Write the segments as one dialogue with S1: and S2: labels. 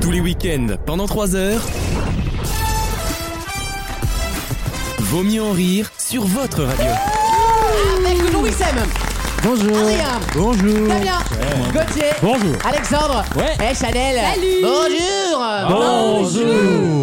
S1: Tous les week-ends, pendant 3 heures. Vaut mieux en rire sur votre radio.
S2: Avec Louis Wissem,
S3: Bonjour.
S2: Adrien.
S3: Bonjour.
S2: Fabien, Gauthier,
S3: Bonjour.
S2: Alexandre
S1: Ouais.
S2: et Chanel. Bonjour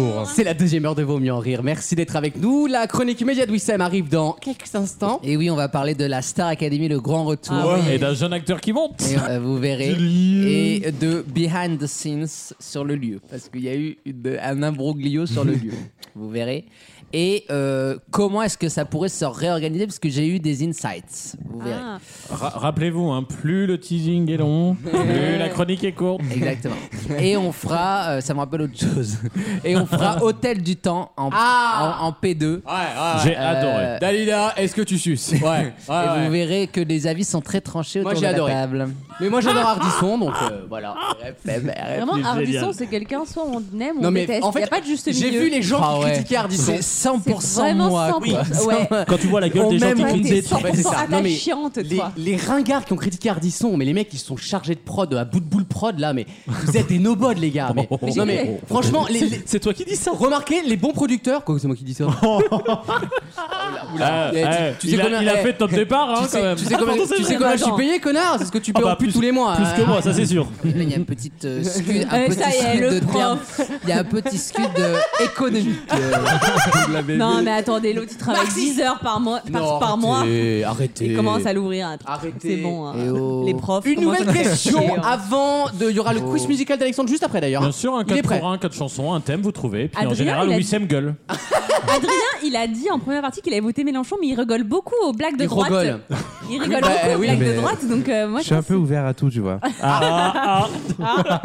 S3: Bonjour.
S2: C'est la deuxième heure de Vaut mieux en rire. Merci d'être avec nous. La chronique média de Wissem arrive dans quelques instants.
S4: Et oui, on va parler de la Star Academy, le grand retour.
S5: Ah Et d'un jeune acteur qui monte.
S4: Et, euh, vous verrez. Et de behind the scenes sur le lieu. Parce qu'il y a eu une- un imbroglio sur le lieu. Vous verrez. Et euh, comment est-ce que ça pourrait se réorganiser Parce que j'ai eu des insights. Vous verrez.
S6: Ah.
S5: Ra- Rappelez-vous, hein, plus le teasing est long, plus la chronique est courte.
S4: Exactement. Et on fera, euh, ça me rappelle autre chose. Et on fera Hôtel du Temps en,
S2: Ah
S4: en- en P2.
S5: J'ai adoré.
S3: Dalida, est-ce que tu suces Ouais.
S4: et vous verrez que les avis sont très tranchés
S2: Moi,
S4: autour
S2: j'ai
S4: de
S2: adoré.
S4: la table.
S2: Mais moi j'adore Ardisson, donc euh, voilà.
S6: Vraiment,
S5: Plus
S6: Ardisson,
S5: génial.
S6: c'est quelqu'un, soit on aime ou
S2: Non,
S6: on
S2: mais
S6: déteste.
S2: en
S6: Il
S2: fait,
S6: n'y a pas de juste milieu.
S2: J'ai vu les gens
S4: Ah
S2: qui
S4: ouais.
S2: critiquaient Ardisson.
S4: C'est 100%
S6: vraiment
S4: moi.
S6: 100%.
S4: quoi.
S6: Ouais.
S5: Quand tu vois la gueule
S4: On
S5: des gens qui
S4: m'aime,
S5: crient
S4: on
S5: des
S4: déteste.
S5: trucs.
S2: Ouais, c'est ça. Non, mais
S6: Attachante,
S2: les,
S6: toi.
S2: les ringards qui ont critiqué Ardisson, mais les mecs qui sont chargés de prod à bout de boule prod là, mais vous êtes des nobodes les gars. Mais,
S5: Mais
S2: non,
S6: j'ai
S2: mais
S6: fait.
S2: franchement, les, les-
S5: C'est toi qui dis ça.
S2: remarquez les bons producteurs. Quoi, c'est moi qui dis ça.
S5: Ah,
S2: Eh, tu-
S5: ah,
S2: tu sais
S5: il, a,
S2: combien-
S5: il a
S2: eh,
S5: fait top départ hein,
S2: tu, sais,
S5: quand même.
S2: tu sais combien,
S5: Attends,
S2: tu
S5: c'est
S2: sais
S5: vrai.
S2: combien je suis payé, connard C'est ce que tu
S5: Ah
S2: peux
S5: bah,
S2: en plus
S5: plus-
S2: tous les mois.
S5: Plus que
S2: hein.
S5: moi, ça c'est sûr.
S4: Là, il y a une petite euh, scud, un
S2: Eh,
S6: Euh,
S4: petit
S6: ça y est,
S4: scud
S6: le
S4: de
S6: prof.
S4: terme. Il y a un petit scud euh, économique. euh,
S6: Non, mais attendez, l'autre, il travaille
S2: Maxi.
S6: 10 heures par mois. Par,
S2: Non,
S6: par mois.
S2: arrêtez, arrêtez.
S6: Il commence à l'ouvrir. hein.
S2: Arrêtez.
S6: C'est bon. hein.
S4: Et oh.
S6: Les profs.
S2: Une
S6: commencent à
S2: nouvelle
S6: nous faire chier,
S2: question Ah,
S6: hein.
S2: avant Oh, de. Il y aura le quiz musical d'Alexandre juste après d'ailleurs.
S5: Oh. Bien sûr, un
S2: Il est
S5: 4
S2: prêt.
S5: pour 1, 4 chansons, un thème, vous trouvez. Puis en
S6: Adrien,
S5: général,
S6: il a
S5: Wissem gueule.
S2: Ah,
S6: Adrien, il a dit en première partie qu'il avait voté Mélenchon, mais il rigole beaucoup aux blagues de
S2: Il
S6: droite.
S2: rigole.
S6: Il rigole
S2: Bah,
S6: beaucoup aux
S2: oui,
S6: blagues
S3: mais-
S6: de droite, donc euh, moi
S3: Je suis un
S6: je
S3: peu ouvert à tout, tu vois.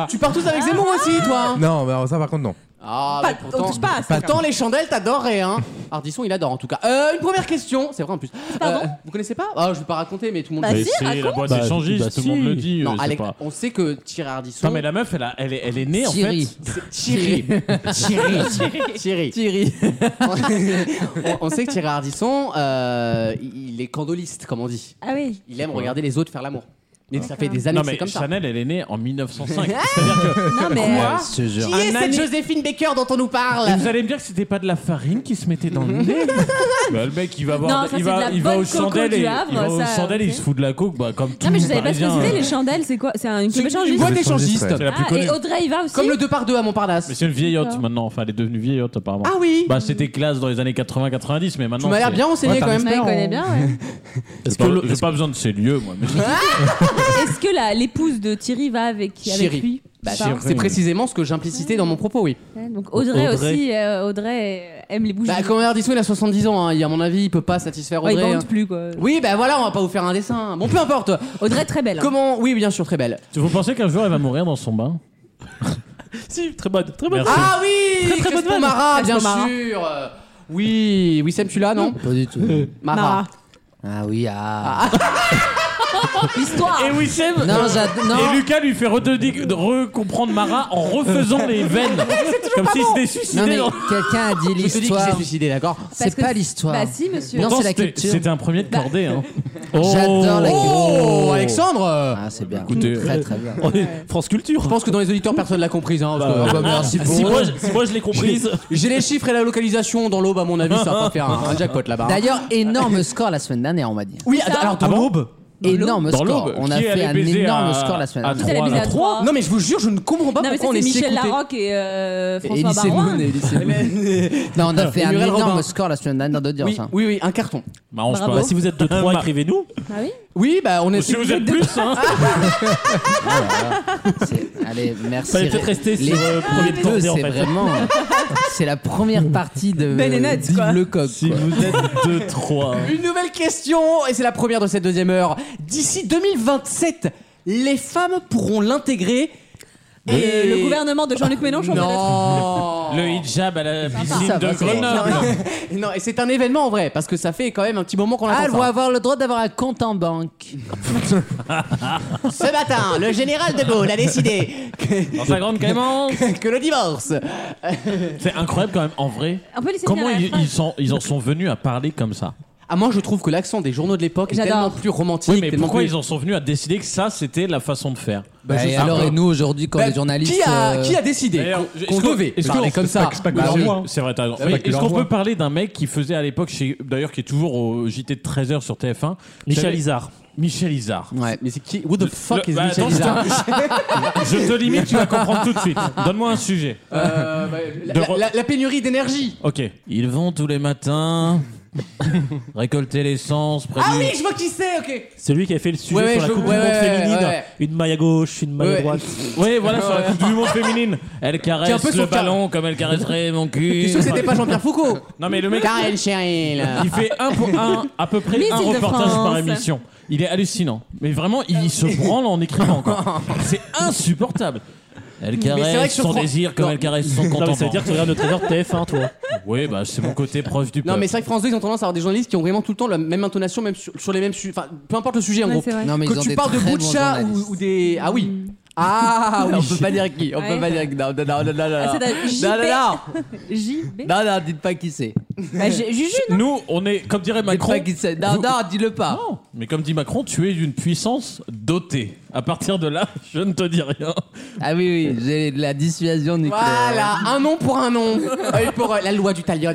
S2: Tu pars tous avec Zemmour aussi, toi
S3: Non, mais alors ça par contre non.
S2: Ah,
S6: Pas-
S2: mais pourtant,
S6: on touche pas à ça.
S2: pourtant, les chandelles, t'adorais, hein. Ardisson, il adore en tout cas. Euh, une première question, c'est vrai en plus.
S6: Pardon
S2: vous connaissez pas Ah, je vais pas raconter, mais tout le monde.
S6: Bah,
S2: sait.
S6: si, raconte.
S5: la boîte
S7: Bah,
S5: échangiste,
S7: bah,
S5: tout le
S7: si.
S5: monde le dit.
S2: non,
S5: je sais
S2: Alex-
S5: pas.
S2: on sait que Thierry Ardisson.
S5: Non, mais la meuf, elle, a- elle est, elle est née
S4: Thierry.
S5: en fait.
S2: Thierry. Thierry. Thierry.
S4: Thierry.
S2: on, on sait que Thierry Ardisson, euh, il est candoliste, comme on dit.
S6: Ah oui.
S2: Il aime regarder les autres faire l'amour. Mais ça fait des années
S5: Non,
S2: que c'est
S5: mais
S2: comme ça.
S5: Chanel, elle est née en 1905. C'est-à-dire que
S6: Non, mais. euh,
S2: Quoi
S4: ce genre.
S2: Qui est
S5: Un
S2: cette
S5: ami-
S2: Joséphine Baker dont on nous parle
S5: Et vous allez me dire que c'était pas de la farine qui se mettait dans le nez bah, Le mec, il va voir,
S6: Non, ça,
S5: il
S6: c'est de
S5: va,
S6: la
S5: il va
S6: bonne
S5: aux
S6: coco
S5: chandelles,
S6: du
S5: et,
S6: Havre,
S5: il va aux
S6: ça,
S5: chandelles et il
S6: ok.
S5: se fout de la coke, bah, comme tout
S6: Non, mais je savais pas ce que
S5: Parisien,
S6: c'était,
S5: euh,
S6: les chandelles, c'est quoi C'est un- une
S2: C'est
S6: chandelle
S2: une boîte échangiste.
S5: C'est la plus
S6: Ah,
S5: connue.
S6: et Audrey y va aussi
S2: Comme le 2 par 2 à
S5: Mais
S2: Montparnasse.
S5: c'est une vieillotte
S6: D'accord.
S5: maintenant, enfin elle est devenue vieillotte apparemment.
S2: Ah oui
S5: Bah c'était classe dans les années 80-90, mais maintenant.
S2: Tu m'as l'air
S5: c'est-
S2: bien enseigné
S5: Ouais, t'as
S2: quand
S5: un
S2: même.
S6: Ouais, il connaît bien, ouais.
S5: J'ai pas, j'ai pas besoin de ces lieux, moi. mais-
S6: Est-ce que la- l'épouse de Thierry va avec, avec
S2: Chéri.
S6: lui
S2: Bah,
S6: Enfin,
S5: Chéri.
S2: C'est précisément ce que j'implicitais dans mon propos, oui.
S6: ouais, Donc Audrey,
S5: Audrey.
S6: aussi, euh, Audrey aime les bougies.
S2: Bah, quand Ardisson il a 70 ans, hein, il- à mon avis, il peut pas satisfaire
S6: Ouais, Ah, il
S2: Audrey. hein.
S6: bande plus quoi.
S2: Oui, bah voilà, on va pas vous faire un dessin. Bon, peu importe.
S6: Audrey très belle. hein.
S2: Comment Oui, bien sûr, très belle.
S5: Tu- Vous pensez qu'un jour elle va mourir dans son bain
S7: Si, très bonne, très bonne.
S5: Merci.
S2: Ah oui
S6: très bonne
S2: Crespo
S6: vanne.
S2: Mara, bien
S6: Crespo Mara.
S2: sûr. Euh, Oui, oui, Sam, tu là, non
S4: Pas du tout.
S6: Bah,
S2: Mara.
S4: Ah oui, ah.
S6: Histoire.
S5: Et Wissem
S4: Non, j'ad- non.
S5: Et Lucas lui fait rededi- de recomprendre Mara en refaisant les veines. Comme s'il s'était
S4: Non,
S5: suicidé.
S4: mais
S5: dans-
S4: quelqu'un a dit
S2: Je te dis qu'il s'est
S4: l'histoire.
S2: suicidé, d'accord
S4: C'est
S6: que
S4: pas
S6: c'est-
S4: l'histoire.
S6: Bah si monsieur.
S4: Non,
S5: Pourtant,
S4: c'est la
S5: c'était-
S4: culture. Bah.
S5: C'était un premier de cordée. Hein.
S4: J'adore la
S2: Oh, Alexandre euh,
S4: Ah, c'est bien.
S5: Écoutez,
S4: très très bien.
S5: Oh,
S7: On est France Culture.
S2: Je pense que dans les auditeurs, personne l'a comprise. Hein, parce que-
S7: Bah,
S2: Ah, bah, merci
S7: Si
S2: pour-
S7: moi, je- si moi je l'ai comprise,
S2: J'ai les chiffres et la localisation dans l'aube, à mon avis, ça va pas faire un, un jackpot là-bas. hein.
S4: D'ailleurs, énorme score la semaine dernière, on m'a dit.
S2: Oui, alors,
S7: à l'aube,
S4: Énorme
S5: Dans
S4: score.
S5: l'aube,
S4: On a
S5: qui
S4: fait
S5: allait
S4: un
S5: baiser
S4: énorme
S5: à-
S4: score la semaine
S5: à
S6: Vous allez
S4: dernière.
S5: Trois,
S6: baiser à
S5: là.
S6: trois.
S2: Non mais je vous jure, je ne comprends pas
S6: Non, mais ça,
S2: pourquoi on
S6: c'est
S2: est si
S6: Michel
S2: écoutés.
S6: Larocque et euh,
S4: Et
S6: François
S4: Élysée
S6: Baroin.
S4: Moon et Élysée Moon. Non, on a fait un
S2: Muriel
S4: énorme
S2: Robin.
S4: score la semaine dernière
S2: Oui,
S4: d'audience. hein.
S2: oui, oui, un carton.
S5: Bah, on se
S6: Bravo.
S5: parle.
S7: si vous êtes de trois, écrivez-nous.
S6: Ah oui
S2: Oui, bah on est.
S5: Si vous êtes plus, hein.
S4: C'est- Allez, merci.
S7: Fallait peut-être rester sur, euh, premier de
S4: deux,
S7: cordée, en
S4: C'est
S7: fait.
S4: vraiment. C'est la première partie de.
S6: Ben et Ned,
S4: d'Yves
S6: quoi.
S4: Lecoq.
S7: Si
S4: quoi.
S7: vous êtes de trois.
S5: hein.
S2: Une nouvelle question et c'est la première de cette deuxième heure. D'ici 2027, les femmes pourront l'intégrer.
S6: Et le gouvernement de Jean-Luc Mélenchon peut-être.
S2: Non.
S5: Le hijab à la piscine
S4: ça va,
S5: de
S4: ça va.
S5: Grenoble.
S2: non, et c'est un événement en vrai parce que ça fait quand même un petit moment qu'on
S4: Ah,
S2: attend
S4: elles
S2: ça.
S4: vont avoir le droit d'avoir un compte en banque.
S2: Ce matin, le général de Gaulle a décidé que,
S5: Dans sa grande Clémence.
S2: que le divorce.
S5: C'est incroyable quand même, en vrai.
S6: On peut laisser
S5: Comment
S6: finir la
S5: ils,
S6: phrase.
S5: ils sont- ils en sont venus à parler comme ça
S2: Ah, moi, je trouve que l'accent des journaux de l'époque est
S6: J'adore.
S2: tellement plus romantique.
S5: Oui, mais
S2: tellement
S5: pourquoi
S2: plus-
S5: ils en sont venus à décider que ça, c'était la façon de faire
S4: Bah, et alors, et nous aujourd'hui, quand
S2: Bah,
S4: les journalistes.
S2: Qui a,
S4: euh,
S2: qui a décidé
S5: D'ailleurs,
S2: qu'on-
S5: je-
S2: qu'on
S5: est-ce que-
S2: devait
S5: est-ce que-
S2: parler comme ça
S5: Bah
S3: que leur
S5: oui,
S3: voix.
S5: C'est vrai, t'as raison.
S3: C'est
S5: Mais
S3: pas que
S5: Est-ce
S3: leur
S5: qu'on peut
S3: voix.
S5: parler d'un mec qui faisait à l'époque, chez- d'ailleurs qui est toujours au JT de 13h sur TF1
S7: Michel
S5: J'avais-
S7: Izard.
S5: Michel Izard.
S4: Ouais.
S2: Mais c'est qui Who the fuck
S5: Le-
S2: is
S5: bah,
S2: Michel
S5: attends,
S2: Izard
S5: Je te limite, tu vas comprendre tout de suite. Donne-moi un sujet.
S2: Euh, bah, la-
S5: De
S2: la-
S5: re-
S2: la- La pénurie d'énergie.
S5: Ok. Ils vont tous les matins récolter l'essence. près
S2: Ah
S5: du-
S2: oui, je vois qui c'est, ok.
S7: C'est lui qui a fait le sujet
S2: Ouais, ouais,
S7: sur
S2: je-
S7: la Coupe
S2: ouais,
S7: du Monde
S2: ouais,
S7: féminine.
S2: ouais, ouais.
S7: Une maille à gauche, une maille
S2: Ouais.
S7: à droite.
S5: Oui, voilà, sur la Coupe du Monde féminine. Elle
S2: Qui est un peu
S5: caresse
S2: son
S5: le
S2: cas.
S5: ballon comme elle caresserait mon
S2: Je
S5: cul.
S2: suis sûr que c'était pas Jean-Pierre Foucault.
S5: Non, mais le mec,
S2: Karen Cheryl.
S5: il fait un pour un, à peu près
S6: Miss
S5: un reportage
S6: Île-de-France.
S5: par émission. Il est hallucinant. Mais vraiment, il se branle en écrivant. quoi. C'est insupportable. Elle
S2: c'est vrai
S5: caresse
S2: que sur
S5: son
S2: Fran-
S5: désir comme
S2: Non.
S5: elle caresse
S7: Non, mais
S5: son
S7: ça
S5: contentement.
S7: veut dire que tu regardes le trésor de TF1, toi.
S5: Oui, bah c'est mon côté proche du peuple.
S2: Non, mais c'est vrai que France 2, ils ont tendance à avoir des journalistes qui ont vraiment tout le temps la même intonation, même sur, sur les mêmes sujets. Enfin, peu importe le sujet, en
S6: Ouais,
S2: gros.
S6: c'est vrai.
S4: Non, mais ils
S2: que
S4: ont
S2: tu
S4: des
S2: parles de
S4: très bons
S2: Boucha ou,
S4: journalistes.
S2: ou des. Ah oui. Ah oui. on peut pas dire qui.
S6: on peut Ouais. pas dire
S2: qui. Non, non, non, non,
S6: Ah, c'est de-
S4: Non,
S6: JB.
S4: non,
S6: JB.
S4: non, non, non, dites pas qui c'est.
S6: Bah, j'ai- Juju, non
S5: Nous, on est, comme dirait
S4: Dites
S5: Macron.
S4: pas qui c'est. Non,
S5: Vous-
S4: non, dis-le pas.
S5: Non, mais comme dit Macron, tu es d'une puissance dotée. À partir de là, je ne te dis rien.
S4: Ah oui, oui, j'ai de la dissuasion nucléaire.
S2: Voilà, un nom pour un nom. Œil pour œil. la loi du talion.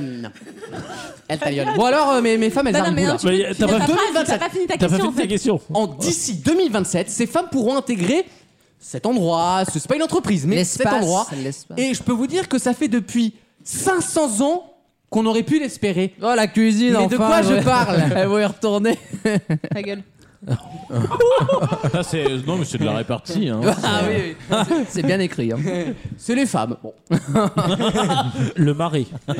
S2: Elle talion. Bon alors, euh, mes, mes femmes, elles
S6: Bah, non,
S2: arrivent
S6: mais
S2: où,
S6: non,
S2: là
S6: tu
S7: Mais
S6: peux-
S7: y a-
S6: tu
S7: t'as
S6: n'as
S7: pas-
S6: pas fini- t'as pas fini ta
S7: T'as pas
S6: question, en
S7: fini ta
S6: fait.
S7: question.
S2: En d'ici 2027, ces femmes pourront intégrer cet endroit. Ce- C'est pas une entreprise, mais cet
S4: L'espace,
S2: endroit.
S4: l'espace.
S2: Et je peux vous dire que ça fait depuis 500 ans qu'on aurait pu l'espérer.
S4: Oh, la cuisine,
S2: Mais de quoi je parle
S4: Elle va Eh, y retourner.
S6: Ta gueule.
S5: Ça, Ah, c'est, non, mais c'est de la répartie. hein.
S4: Ah oui, oui. C'est bien écrit. Hein.
S2: C'est les femmes. Bon.
S7: Le mari.
S2: Oh.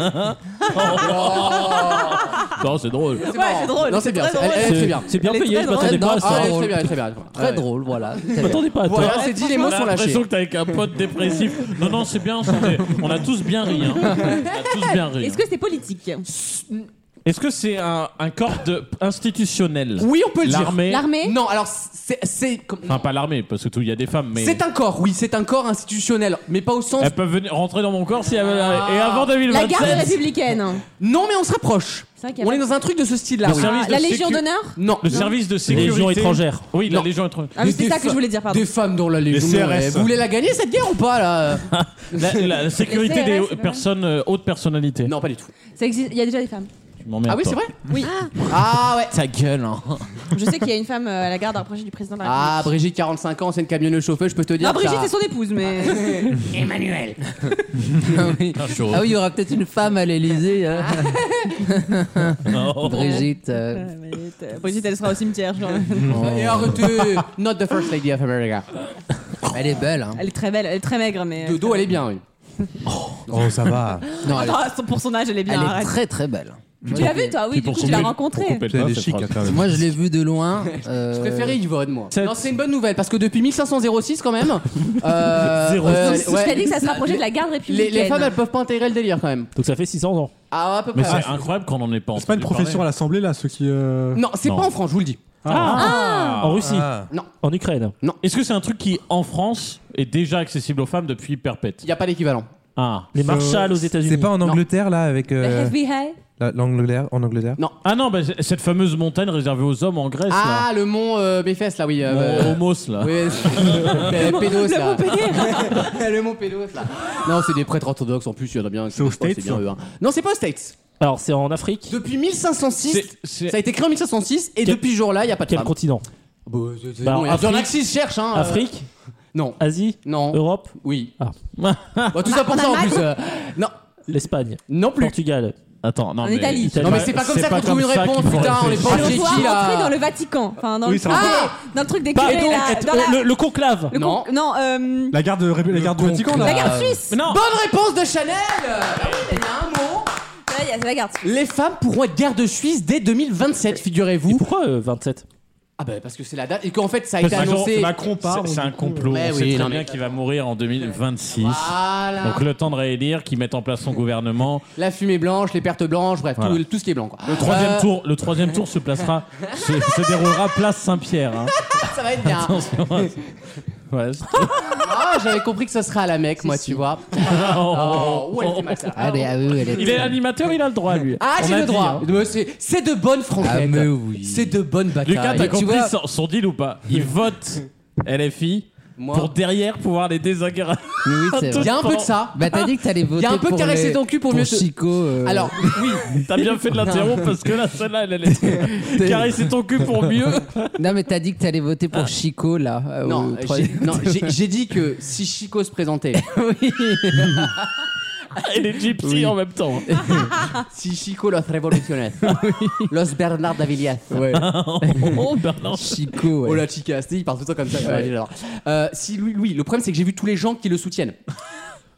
S5: Non, c'est drôle.
S2: C'est
S6: Ouais,
S2: marrant.
S6: c'est drôle,
S2: Non,
S6: c'est
S2: c'est bien.
S6: très
S2: Elle- Elle est Eh, très bien.
S7: C'est bien
S6: Elle est
S7: payé,
S6: très
S7: je m'attendais
S4: drôle.
S7: pas à
S2: Ah,
S7: ça.
S2: elle est
S4: drôle.
S2: très bien, elle est très bien.
S4: Très drôle, voilà.
S7: Je m'attendais pas à toi.
S2: Voilà, c'est dit, les mots sont
S5: J'ai
S2: lâchés.
S5: l'impression que t'es avec un pote dépressif. Non, non, c'est bien. ça fait- On a tous bien ri. hein. On a tous bien ri.
S6: Est-ce que c'est politique
S5: Est-ce que c'est un, un corps de- institutionnel
S2: Oui, on peut le dire.
S5: L'armée.
S6: L'armée
S2: Non, alors c'est c'est comme-
S5: Enfin, pas l'armée, parce que tout, il y a des femmes, mais.
S2: c'est un corps, oui, c'est un corps institutionnel, mais pas au sens.
S5: Elles peuvent venir rentrer dans mon corps si elles veulent. Et
S2: Ah.
S5: avant
S6: La
S5: 2027.
S6: garde républicaine.
S2: Non, mais on se rapproche.
S6: C'est vrai qu'il y a
S2: On
S6: pas-
S2: est dans un truc de ce style-là.
S5: Le
S2: oui.
S5: service
S6: Ah,
S5: de
S6: La Légion
S5: sécu-
S6: d'honneur
S2: Non.
S5: Le service de sécurité.
S7: Légion étrangère.
S5: Oui, la
S2: Non.
S5: Légion étrangère.
S6: Ah, mais
S2: Des
S6: c'est ça que je voulais dire, pardon.
S2: Des femmes dans la Légion.
S3: CRS.
S2: ouais. Vous voulez la gagner cette guerre ou pas là
S5: La, la- la sécurité
S6: CRS, c'est
S5: des
S6: pas mal.
S5: personnes euh, hautes personnalités.
S2: Non, pas du tout.
S6: Ça existe- Il y a déjà des femmes.
S5: Tu m'emmerdes,
S2: Ah oui,
S5: toi.
S2: c'est vrai
S6: Oui.
S2: Ah ouais.
S4: Ta gueule, hein.
S6: Je sais qu'il y a une femme euh, à la garde rapprochée du président de la République.
S2: Ah, Brigitte, 45 ans, c'est une camionneuse chauffeuse, je peux te dire.
S6: Non, Brigitte,
S2: ça-
S6: c'est son épouse, mais.
S2: Emmanuel.
S4: Ah oui, Ah oui, il y aura peut-être une femme à l'Elysée.
S2: Ah,
S4: Brigitte. euh,
S6: Ouais, mais, euh, Brigitte, elle sera au cimetière. genre.
S2: Et arrêtez. Not the first lady of America.
S4: Elle est belle, hein.
S6: Elle est très belle, elle est très maigre, mais. euh,
S2: De dos, elle est bien, oui.
S3: Oh, ça va.
S4: Non, elle est,
S6: Attends, pour son âge, elle est bien.
S4: elle est
S6: arrête.
S4: très très belle.
S6: Tu l'as vue, toi Oui,
S5: Puis
S6: du
S5: pour
S6: coup, tu l'as
S5: couper-
S6: rencontrée.
S5: pour couper le
S3: C'est
S5: pain,
S3: des
S5: cette
S3: chics
S5: phrase.
S3: à faire.
S4: Moi, je l'ai vue de loin.
S2: Je
S4: euh,
S2: préférais Yvonne, moi.
S5: Cette-
S2: Non, c'est une bonne nouvelle parce que depuis 1506, quand même. euh, euh,
S6: Si
S2: ouais,
S6: je t'ai dit que ça se rapprochait de la garde républicaine.
S2: les, les femmes, elles peuvent pas intégrer le délire quand même.
S7: Donc ça fait 600 ans.
S2: Ah, à peu
S5: Mais
S2: près. ouais.
S5: c'est incroyable qu'on en ait pas
S3: C'est pas une
S5: entendu
S3: profession à l'Assemblée, là, ceux qui. euh,
S2: Non, c'est
S5: Non.
S2: pas en France, je vous le dis.
S7: Ah En Russie.
S3: Ah.
S7: En Ukraine.
S5: parler. Est-ce que c'est un truc qui, en France, est déjà accessible aux femmes depuis perpète
S2: Il n'y a pas d'équivalent.
S5: Ah.
S7: Les
S3: Euh,
S7: Marshalls aux États-Unis.
S3: C'est pas en
S2: Non.
S3: Angleterre, là, avec.
S6: Le
S3: euh,
S6: FBI.
S3: la- L'Angleterre, en Angleterre
S5: Ah non, bah, c'est- cette fameuse montagne réservée aux hommes en Grèce,
S2: Ah, le mont euh, Béfès, là, oui.
S5: là.
S2: euh,
S5: Mon-
S2: euh,
S5: Homos, là.
S2: oui, euh, Pédos,
S6: Le
S2: là.
S6: bon pays.
S2: le mont Pédos, là. Non, c'est des prêtres orthodoxes en plus, il y en a bien. qui
S3: aux
S2: disent pas que
S3: States,
S2: bien,
S3: ça
S2: eux, hein. Non, c'est pas aux States.
S7: Alors c'est en Afrique.
S2: Depuis 1506,
S5: C'est- c'est- Ah. Euh.
S2: ça a été créé en 1506, et
S7: Quel-
S2: depuis ce jour-là, il n'y a pas de
S7: Quel
S2: femmes.
S7: continent
S2: Bon, c'est- c'est
S7: Bah,
S2: bon,
S7: en
S2: il y a-
S7: Afrique-
S2: Björn Axis cherche, hein. euh,
S7: Afrique
S2: Non.
S7: Asie
S2: Non.
S5: Euh,
S7: Europe
S2: Oui.
S7: Ah.
S2: Bon, tout ça pour ça en plus. euh, non,
S7: L'Espagne.
S2: non plus.
S7: Portugal.
S5: Attends, non,
S6: En
S5: mais-
S6: Italie.
S7: Italie.
S2: Non, mais c'est pas comme ça qu'on trouve une
S5: ça
S2: réponse,
S5: qu'il faut
S2: putain, on est pas
S5: réfléchir.
S6: On
S2: J'ai
S6: doit
S2: qui, là
S6: rentrer dans le Vatican. Enfin, dans
S3: Oui,
S6: le
S3: c'est
S6: Ah Dans le truc des
S7: Pardon,
S6: curés, là.
S7: être-
S6: Dans la.
S7: Eh, le, le conclave.
S6: le
S2: Non.
S6: con- Non, euh.
S3: La garde, ré- la garde du Vatican,
S6: La
S3: là
S6: garde suisse.
S5: Mais non,
S2: Bonne réponse de Chanel Ah oui, Il y a un mot.
S6: Là, il y a- C'est la garde suisse.
S2: Les femmes pourront être gardes suisses dès 2027,
S7: Et
S2: figurez-vous.
S7: pourquoi euh, 27
S2: Ah bah parce que c'est la date et qu'en fait ça a été
S5: Parce que
S2: annoncé.
S5: Macron part. C'est c'est un complot.
S2: Ouais,
S5: on
S2: oui,
S5: sait
S2: non,
S5: très
S2: mais-
S5: bien qu'il va mourir en 2026.
S2: Voilà.
S5: Donc le temps de réélire, qu'il mette en place son gouvernement.
S2: La fumée blanche, les pertes blanches, bref,
S5: Voilà.
S2: tout, tout ce qui est blanc. Quoi.
S5: Le troisième,
S2: Euh,
S5: tour, le troisième tour se placera, se, se déroulera place Saint-Pierre. hein.
S2: Ça va être bien.
S5: Ouais, c'est-
S2: Ah, j'avais compris que ce serait à la Mecque, moi, tu vois. Oh, où elle fait mal, ça
S4: Allez, ah oui, elle est.
S7: Il est animateur, il a le droit, lui.
S2: Ah,
S7: On
S2: j'ai
S7: a
S2: le
S7: dit,
S2: droit.
S7: hein.
S2: Mais c'est- C'est de bonnes franquettes.
S4: Ah, mais oui.
S2: C'est de bonnes batailles.
S5: Lucas, t'as
S4: tu
S5: compris
S4: vois-
S5: son, son deal ou pas Il vote LFI
S2: Moi.
S5: pour derrière pouvoir les désinguer.
S4: Mais oui, c'est
S2: Il y
S4: vrai.
S2: a un peu de ça.
S4: Bah, t'as dit que t'allais voter.
S2: Il y a un peu
S4: pour
S2: caresser
S4: les-
S2: ton cul pour mieux te-
S4: Chico. euh,
S2: Alors,
S5: T'as bien fait de l'interrompre parce que là, celle-là, elle allait caresser ton cul pour mieux.
S4: Non, mais t'as dit que t'allais voter pour Chico, là. euh,
S2: non,
S4: au troisième-
S2: j'ai- non, j'ai j'ai dit que si Chico se présentait,
S5: Et les gypsies en même temps.
S2: si Chico los révolutionnaires, los Bernard Davillias,
S4: Ouais,
S5: Oh, Bernard.
S4: Chico, ouais.
S2: Oh la chica, tu sais, il parle tout le temps comme ça. Ouais, j'adore. Euh, si Louis, Louis, le problème c'est que j'ai vu tous les gens qui le soutiennent.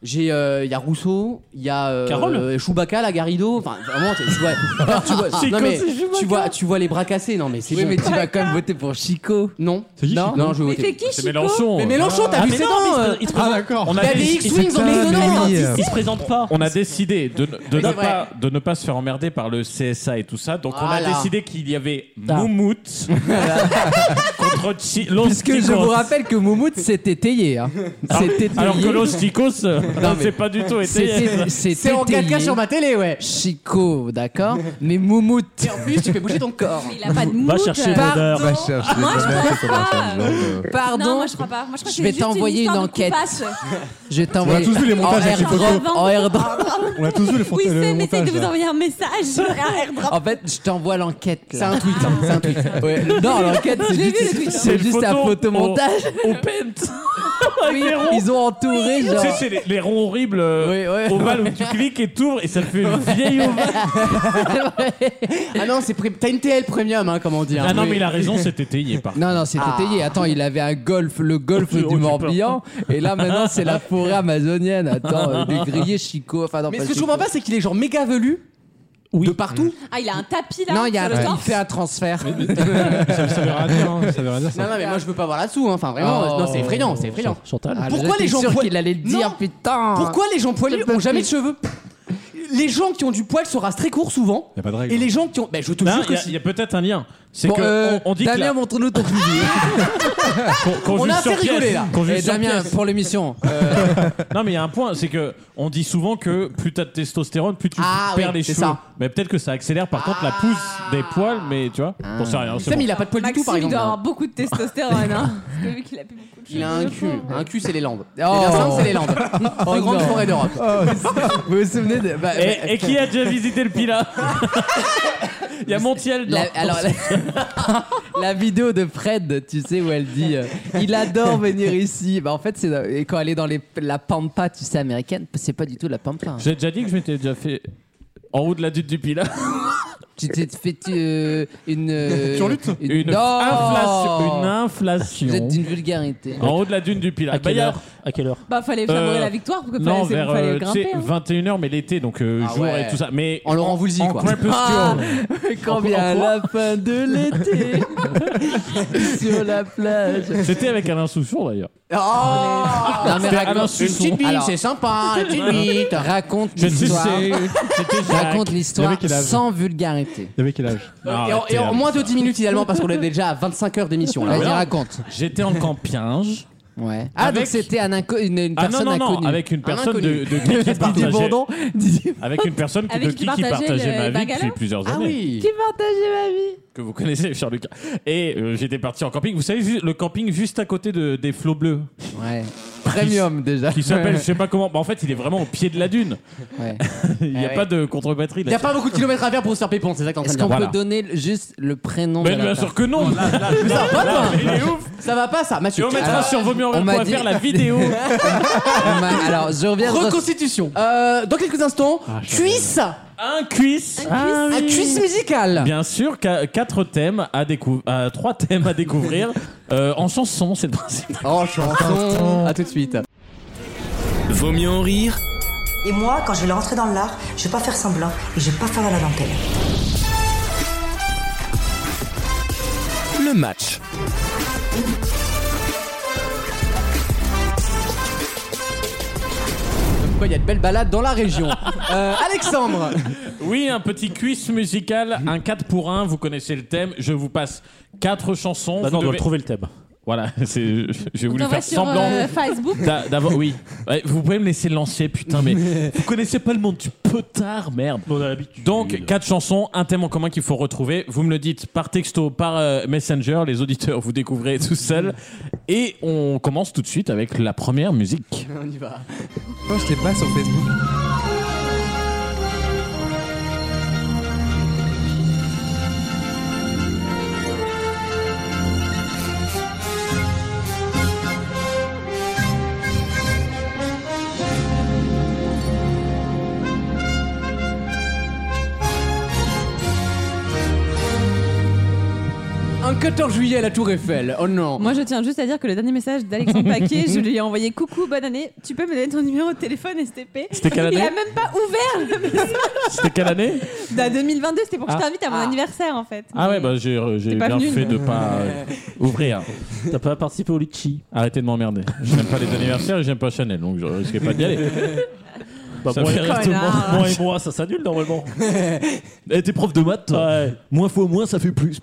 S2: J'ai, euh, il y a Rousseau, il y a euh,
S5: Carole
S2: euh, Chewbacca, la Garrido. Enfin, vraiment, tu tu vois, tu vois, non, mais, tu vois, tu vois les bras cassés. Non mais c'est
S4: Oui,
S2: bon.
S4: mais tu vas quand même voter pour Chico.
S2: Non,
S3: C'est qui,
S2: non,
S3: Chico
S2: non, je vais
S6: Mais c'est
S2: voter.
S6: qui Chico
S5: C'est Mélenchon.
S2: Mais Mélenchon, t'as
S7: Ah,
S2: vu
S7: mais
S2: ses
S7: non,
S2: dents
S7: mais
S2: euh,
S7: il se
S3: Ah
S7: présente-
S3: d'accord.
S5: On
S2: Il y a
S5: a,
S2: des
S5: dé-
S2: X-Wings, on est
S3: putain, mais
S2: dedans.
S3: oui.
S7: il se présente pas.
S5: on a décidé de, ne- de
S2: Mais
S5: ne
S2: c'est
S5: pas, de ne pas se faire emmerder par le CSA et tout ça. Donc on
S2: Voilà.
S5: a décidé qu'il y avait
S7: Ah.
S5: Moumout contre Chi- Los
S4: Puisque je
S5: Ticos.
S4: vous rappelle que Moumout s'est étayé. Hein.
S5: Alors-
S4: S'est étayé.
S5: Ah. Alors que Los Ticos, euh,
S4: Non, mais-
S5: c'est pas du tout été.
S4: C'était-
S2: C'est en 4K
S4: étayé.
S2: sur ma télé, ouais.
S4: Chico, d'accord Mais Moumout.
S2: Et en plus, tu fais bouger ton corps.
S6: Il a pas de mood.
S7: Va chercher
S6: euh,
S5: Ah
S7: l'odeur.
S5: bah,
S8: Va chercher
S6: Moi, je
S8: bonheurs,
S6: crois
S8: c'est
S6: pas.
S8: ça, le genre de-
S6: Non,
S4: Pardon,
S6: moi je crois pas. Moi, je crois que
S4: Je
S6: c'est
S4: vais
S6: juste une
S4: t'envoyer une
S6: histoire de
S4: enquête.
S6: coupasse.
S4: je
S3: On a
S4: t'envoie
S3: tous vu les
S4: en
S3: montages à Chipotle.
S4: airdrop. En airdrop.
S3: On a tous vu les
S6: Oui,
S3: fontaines.
S6: Sam essaye de vous envoyer un message.
S4: En fait, je t'envoie l'enquête.
S2: C'est
S4: là.
S2: un tweet, hein, c'est un tweet.
S4: Ouais, Non, l'enquête, c'est
S6: J'ai vu le
S4: juste,
S6: tweet.
S4: c'est
S5: une
S4: juste un
S5: photo
S4: photomontage.
S5: Au, au pent.
S4: Oui,
S5: les ronds.
S4: ils ont entouré,
S5: Tu
S4: genre.
S5: sais, c'est les, les ronds horribles euh,
S4: Oui, ouais.
S5: ovales où tu cliques et t'ouvres et ça te fait une vieille ovale.
S2: Ah non, c'est pré- t'as une TL premium, hein, comme on dit. hein.
S5: Ah non,
S2: Oui.
S5: mais il a raison, c'est étayé par
S4: Non, non, c'est
S2: Ah.
S4: étayé. Attends, il avait un golf, le golf
S5: Oh, j'ai
S4: du
S5: eu peur.
S4: Morbihan. Et là, maintenant, c'est la forêt amazonienne. Attends, euh, des grillés Chico. Enfin, non,
S2: Mais
S4: pas
S2: ce que je
S4: Chico.
S2: comprends pas, c'est qu'il est genre méga velu. De partout.
S6: Ah, il a un tapis là.
S4: Non, il, y a
S6: sur le
S4: un, il
S6: torse.
S4: fait un transfert.
S3: Ça veut rien dire. hein, Ça veut rien dire. ça.
S2: Non, non, mais moi je veux pas voir là-dessous. hein. Enfin, vraiment,
S4: Oh.
S2: non, c'est effrayant, c'est effrayant.
S7: Chantal.
S4: Ah,
S2: Pourquoi
S4: j'étais
S2: les gens
S4: sûr
S2: poil-
S4: qu'il allait le
S2: Non.
S4: dire, putain.
S2: Pourquoi les gens poilus ont jamais de cheveux Les gens qui ont du poil se rasent très court souvent.
S3: Y a pas de règle. hein.
S2: Et les gens qui ont. Ben, je te
S5: Non,
S2: jure
S5: il
S2: que
S5: y a- il
S2: si.
S5: y a, peut-être un lien. C'est
S4: Bon,
S5: que
S4: euh,
S5: on, on dit que
S4: Damien,
S5: la-
S4: montre-nous ton fusil.
S5: qu'on- qu'on
S2: on
S5: juge
S2: a
S5: sur
S2: fait rigoler,
S5: pièce.
S2: là. Eh,
S5: Qu'on juge
S4: Et
S5: sur
S4: Damien,
S5: pièce.
S4: pour l'émission.
S5: Non, mais il y a un point, c'est que on dit souvent que plus t'as de testostérone, plus tu
S2: Ah,
S5: perds
S2: oui,
S5: les
S2: c'est
S5: cheveux.
S2: ça. Ah.
S5: Mais peut-être que ça accélère par contre la pousse des poils, mais tu vois, j'en sais rien. c'est
S2: Sam,
S5: bon.
S2: il a pas de poil du
S6: Maxime,
S2: tout, par
S6: il doit avoir
S2: exemple.
S6: beaucoup de testostérone. Hein. Parce que vu qu'il a plus beaucoup de
S2: Il a un
S6: cheveux, je
S2: cul.
S6: crois.
S2: Un cul, c'est les Landes. Et
S4: Oh.
S2: bien simple, c'est les Landes. La grande
S4: non. Oh,
S2: forêt d'Europe.
S4: vous vous souvenez de. bah, bah,
S5: Et, et qui a déjà visité le Pila Il y a Montiel dans.
S4: La- alors, la, la vidéo de Fred, tu sais, où elle dit euh, Il adore venir ici. Bah, en fait, c'est et quand elle est dans les, la pampa, tu sais, américaine, c'est pas du tout la pampa. hein.
S5: J'ai déjà dit que je m'étais déjà fait en haut de la dune du Pila.
S4: Tu t'es fait euh, une. euh,
S3: Turlute
S4: une,
S5: Une
S4: non
S5: inflation. Une
S4: Vous êtes
S5: inflation.
S4: d'une vulgarité.
S5: En haut de la dune du Pila.
S7: À
S5: Bah, il
S7: quelle
S5: y a-
S7: heure À quelle heure
S6: Bah, fallait savourer
S5: Euh,
S6: la victoire pour que
S5: Non,
S6: fallait, c'est-
S5: vers
S6: fallait
S5: euh, tu sais,
S6: grimper. hein.
S5: 21h, mais l'été, donc euh,
S2: Ah
S5: jour
S2: ouais.
S5: et tout ça. Mais
S2: En Laurent Voulzy,
S5: en
S2: quoi.
S5: crepuscule.
S4: Ah, quand
S5: En-
S4: vient
S5: en quoi
S4: la fin de l'été sur la plage.
S5: C'était avec Alain Souchon d'ailleurs.
S4: Non,
S2: Oh
S4: mais
S5: Ah C'était
S4: raconte-
S5: Alain
S2: Une petite
S5: Souchon.
S2: bite,
S4: Alors-
S2: c'est sympa, la petite bite.
S4: Raconte
S5: Je ne sais
S4: l'histoire.
S5: C'était Jacques.
S4: Raconte l'histoire
S3: Avec quel âge
S4: sans vulgarité.
S3: Il y avait quel âge
S5: Non,
S2: et, en,
S5: arrêtez, hein.
S2: et en
S5: arrêtez.
S2: moins de 10 minutes idéalement parce qu'on est déjà à 25 heures d'émission là.
S4: Vas-y,
S5: Ah, voilà.
S4: raconte.
S5: J'étais en campinge.
S4: Ouais. Ah,
S5: Avec-
S4: donc c'était un inco- une, une
S5: Ah non,
S4: personne
S5: non, non,
S4: inconnue.
S5: avec une personne de,
S2: inconnu.
S5: de qui qui
S4: Didier
S5: partageait.
S4: Bourdon. Didier-
S5: Avec une personne
S6: Avec
S5: de
S6: qui
S5: qui, qui
S6: partageait le-
S5: partageait
S6: le
S5: ma vie
S6: bacala
S5: depuis plusieurs
S2: Ah
S5: années.
S2: oui
S6: Qui partageait ma vie
S5: Que vous connaissez, cher Lucas. Et euh, j'étais parti en camping. Vous savez, ju- le camping juste à côté de, des flots bleus.
S4: Ouais. Premium déjà.
S5: Qui s'appelle, je sais pas comment. Bah, en fait, il est vraiment au pied de la dune.
S4: Ouais.
S5: Il n'y a
S2: Ah ouais.
S5: pas de contre-batterie.
S2: Il
S5: là.
S2: n'y a pas beaucoup de kilomètres à faire pour se faire pépon, c'est ça que t'es en train
S4: Est-ce
S2: de
S4: qu'on
S2: dire.
S5: Voilà.
S4: peut donner le- juste le prénom
S5: Mais
S4: de la
S5: bien sûr que non.
S2: Ça va pas, toi
S5: Il est ouf.
S2: Ça va pas ça,
S5: Tu
S2: Mathieu.
S5: remettras
S2: Alors,
S5: sur vaut mieux en
S4: on m'a
S5: rire.fr
S4: dit-
S5: la vidéo.
S4: personne Ma- Alors, je reviens.
S2: Reconstitution. Euh, dans quelques instants, cuisse,
S5: Un cuisse.
S2: un cuisse musicale.
S5: Bien sûr, qu'à- quatre thèmes à découvrir, trois thèmes à découvrir euh, en chanson, c'est le principe.
S2: Oh chanson. À tout de suite.
S1: Vaut mieux en rire
S9: Et moi, quand je vais rentrer dans l'art, je vais pas faire semblant et je vais pas faire la dentelle.
S1: le match.
S2: Pourquoi il y a de belles balades dans la région. Euh, Alexandre.
S5: Oui, un petit cuisse musical, un 4 pour 1, vous connaissez le thème. Je vous passe quatre chansons.
S7: Bah
S5: vous
S7: non, on doit
S5: devez-
S7: trouver le thème.
S5: Voilà, c'est- j'ai voulu
S6: On t'envoie
S5: faire
S6: sur
S5: semblant.
S6: euh, Facebook.
S5: d'a- d'avoir- oui. Ouais, vous pouvez me laisser lancer, putain, mais vous connaissez pas le monde, tu tard, merde.
S7: On a l'habitude.
S5: Donc, quatre chansons, un thème en commun qu'il faut retrouver. Vous me le dites par texto, par euh, Messenger, les auditeurs, vous découvrez tout seul. Et on commence tout de suite avec la première musique.
S2: On y va.
S8: Moi, je t'ai pas sur Facebook.
S2: Un 14 juillet à la Tour Eiffel. Oh non.
S6: Moi, je tiens juste à dire que le dernier message d'Alexandre Paquet, je lui ai envoyé coucou, bonne année. Tu peux me donner ton numéro de téléphone, STP
S5: C'était quelle
S6: Il
S5: année
S6: a même pas ouvert le message.
S5: C'était quelle année
S6: Bah, 2022, c'était pour que je
S5: Ah.
S6: t'invite à mon
S2: Ah.
S6: anniversaire en fait.
S5: Ah ouais, bah j'ai euh, j'ai
S6: T'es pas
S5: bien
S6: venu.
S5: fait de pas euh, ouvrir.
S7: T'as pas participé au litchi.
S5: Arrêtez de m'emmerder. Je n'aime pas les anniversaires et j'aime pas Chanel, donc je risquais pas d'y aller.
S7: Bah,
S5: Ça
S7: moi,
S5: fait rire tout le monde.
S6: Connard.
S7: moi et moi, ça s'annule normalement.
S5: Eh, t'es prof de maths, toi
S7: Ouais.
S5: Moins fois moins, ça fait plus.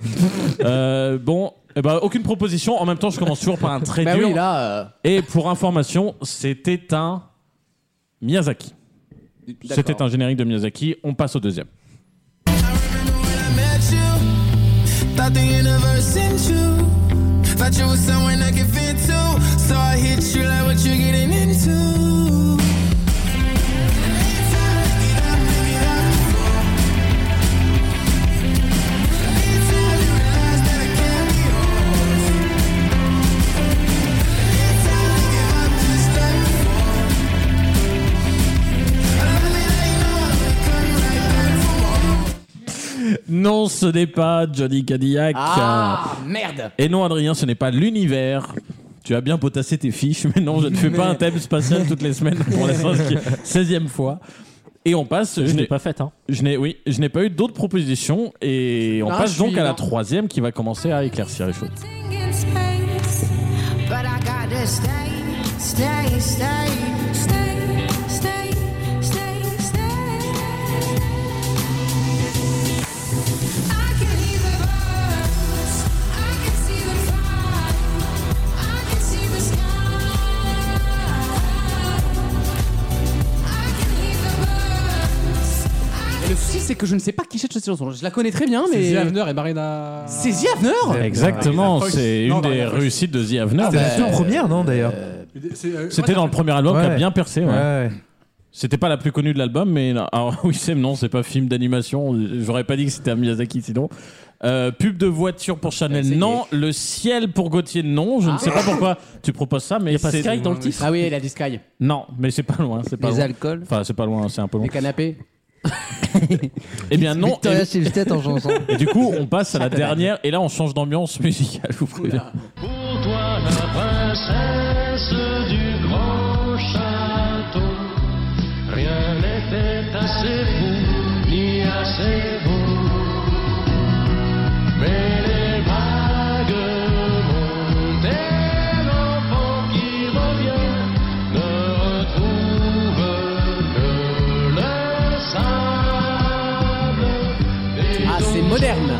S5: Euh, bon, eh ben, aucune proposition. En même temps, je commence toujours par un très
S2: Bah
S5: dur.
S2: oui, là. euh,
S5: Et pour information, c'était un Miyazaki.
S2: d'accord.
S5: C'était un générique de Miyazaki. On passe au deuxième.
S1: met you. Thought the universe sent you. Thought you was someone I could fit to. So I hit you like what you getting into.
S5: Non, ce n'est pas Johnny Cadillac.
S2: Ah merde.
S5: Et non, Adrien, ce n'est pas l'univers. Tu as bien potassé tes fiches, mais non, je ne fais pas un thème spatial toutes les semaines pour la 16e fois. Et on passe.
S7: Je
S5: n'ai-
S7: l'ai pas faite, hein.
S5: Je n'ai, oui, je n'ai pas eu d'autres propositions et on
S2: Ah, je
S5: passe
S2: suis
S5: donc à la
S2: dans-
S5: troisième qui va commencer à éclaircir les choses.
S10: But I gotta stay, stay, stay, stay, stay, stay, stay. I can hear the birds, I can see the fire, I can see the sky. I can hear the birds, I
S2: Et le souci, Ah, c'est que je ne sais pas qui chante cette chanson. Je la connais très bien, mais.
S3: C'est The Avener et Marina.
S2: C'est The Avener
S5: Exactement,
S3: Fox.
S5: c'est une
S3: Non,
S5: des
S3: Marina Fox.
S5: réussites de The Avener.
S8: C'était la toute première, non, d'ailleurs
S3: C'est, euh,
S5: C'était dans le premier album qui a
S8: Ouais.
S5: bien percé. ouais.
S8: Ouais.
S5: C'était pas la plus connue de l'album, mais non. Alors, oui, c'est non, c'est pas film d'animation. J'aurais pas dit que c'était un Miyazaki sinon. Euh, pub de voiture pour Chanel,
S2: c'est
S5: non. Le ciel pour Gauthier, non. Je ne sais pas pourquoi tu proposes ça, mais
S7: Ah. Y a pas
S5: c'est-
S7: Sky dans le titre.
S2: Ah oui, elle a dit Sky.
S5: Non, mais c'est pas loin. C'est pas
S4: Les
S5: loin.
S4: alcools.
S5: Enfin, c'est pas loin, c'est un peu long.
S2: Les canapés.
S5: Eh bien, non.
S4: Victoria Silvstedt en chanson.
S5: Et du coup, on passe à la dernière, et là, on change d'ambiance musicale, je vous préviens.
S1: Pour toi, la princesse du grand château. Rien n'était assez beau, ni assez beau. Mais les vagues montent et l'enfant qui revient ne retrouve que le sable.
S2: Ah, c'est moderne.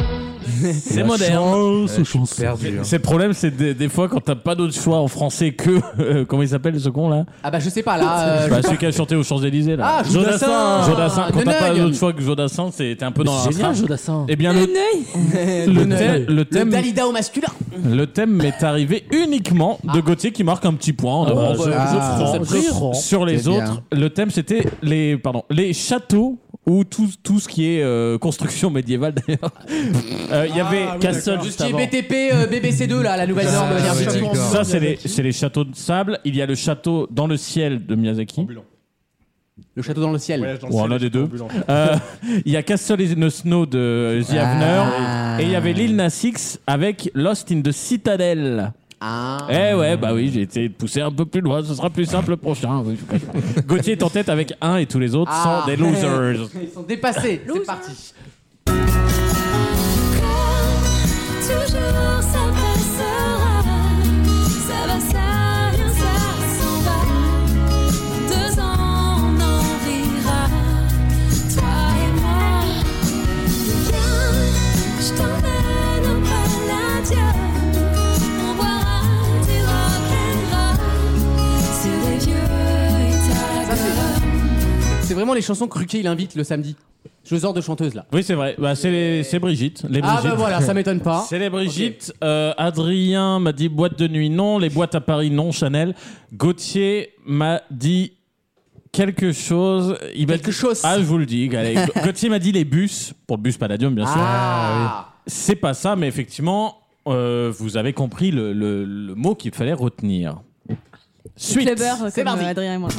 S5: C'est moderne.
S8: Ouais, je suis perdu. hein.
S5: C'est le problème, c'est des, des fois quand t'as pas d'autre choix en français que. euh, comment il s'appelle ce con là
S2: Ah bah je sais pas là. euh,
S5: bah, Celui qui a chanté aux Champs-Élysées là.
S2: Ah, Jodassin
S5: Jodassin Quand t'as pas
S2: Neneuil
S5: d'autre choix que Jodassin, c'est- t'es un peu dans
S7: C'est
S5: la
S7: génial,
S5: frappe.
S7: Jodassin.
S5: Eh bien,
S6: Un
S5: le,
S6: œil
S5: le thème, le,
S2: Le
S5: thème,
S2: Dalida au masculin.
S5: le thème m'est arrivé uniquement de Gauthier qui marque un petit point en avance.
S7: je, je
S8: Ah.
S7: prends,
S2: Ça me
S7: je
S2: fait
S7: prends.
S5: Sur les
S8: C'est bien.
S5: autres, le thème c'était les, pardon, les châteaux ou tout, tout ce qui est euh, construction médiévale d'ailleurs. Euh, Il y avait
S3: oui,
S5: Castle
S3: d'accord.
S2: Tout ce
S5: juste
S2: qui est
S5: avant.
S2: BTP, euh, BBC2 là, la nouvelle norme
S8: Ah, ouais,
S2: énergétique.
S8: d'accord.
S5: Ça, c'est les, c'est les châteaux de sable. Il y a le château dans le ciel de Miyazaki.
S3: Ambulant.
S2: Le château dans le ciel.
S3: Voyage dans
S5: Ou
S3: le
S5: un
S3: ciel,
S5: des deux.
S3: ambulant.
S5: Euh, il y a Castle in the Snow de The
S4: Ah.
S5: Avener. Et il y avait Lil Nas X avec Lost in the Citadel.
S2: Ah.
S5: Eh ouais, bah oui, j'ai été poussé un peu plus loin. Ce sera plus simple le prochain. Oui, je vous cache pas. Gauthier est en tête avec un et tous les autres
S2: Ah.
S5: sont des losers.
S2: Ils sont dépassés. C'est parti.
S10: Quand toujours ça passera, ça va, ça vient, ça s'en va. Deux ans on en rira, toi et moi. Viens, je t'emmène au Palladium, on boira
S2: c'est vraiment les chansons que Ruquier il invite le samedi. Je sors de chanteuse là.
S5: Oui, c'est vrai. Bah, c'est les- c'est Brigitte. Les
S2: Ah,
S5: Brigitte.
S2: bah voilà, ça m'étonne pas.
S5: C'est les Brigitte. Euh, Adrien m'a dit boîte de nuit, non. Les boîtes à Paris, non. Chanel. Gauthier m'a dit quelque chose. Il m'a
S2: Quelque
S5: dit-
S2: chose.
S5: Ah, je vous le dis. allez. Ga- Gauthier m'a dit les bus. Pour le bus Palladium, bien sûr.
S2: Ah,
S5: C'est pas ça, mais effectivement, euh, vous avez compris le, le- le mot qu'il fallait retenir. Suite.
S6: Clever,
S2: C'est
S6: comme
S2: mardi.
S6: euh, Adrien et moi.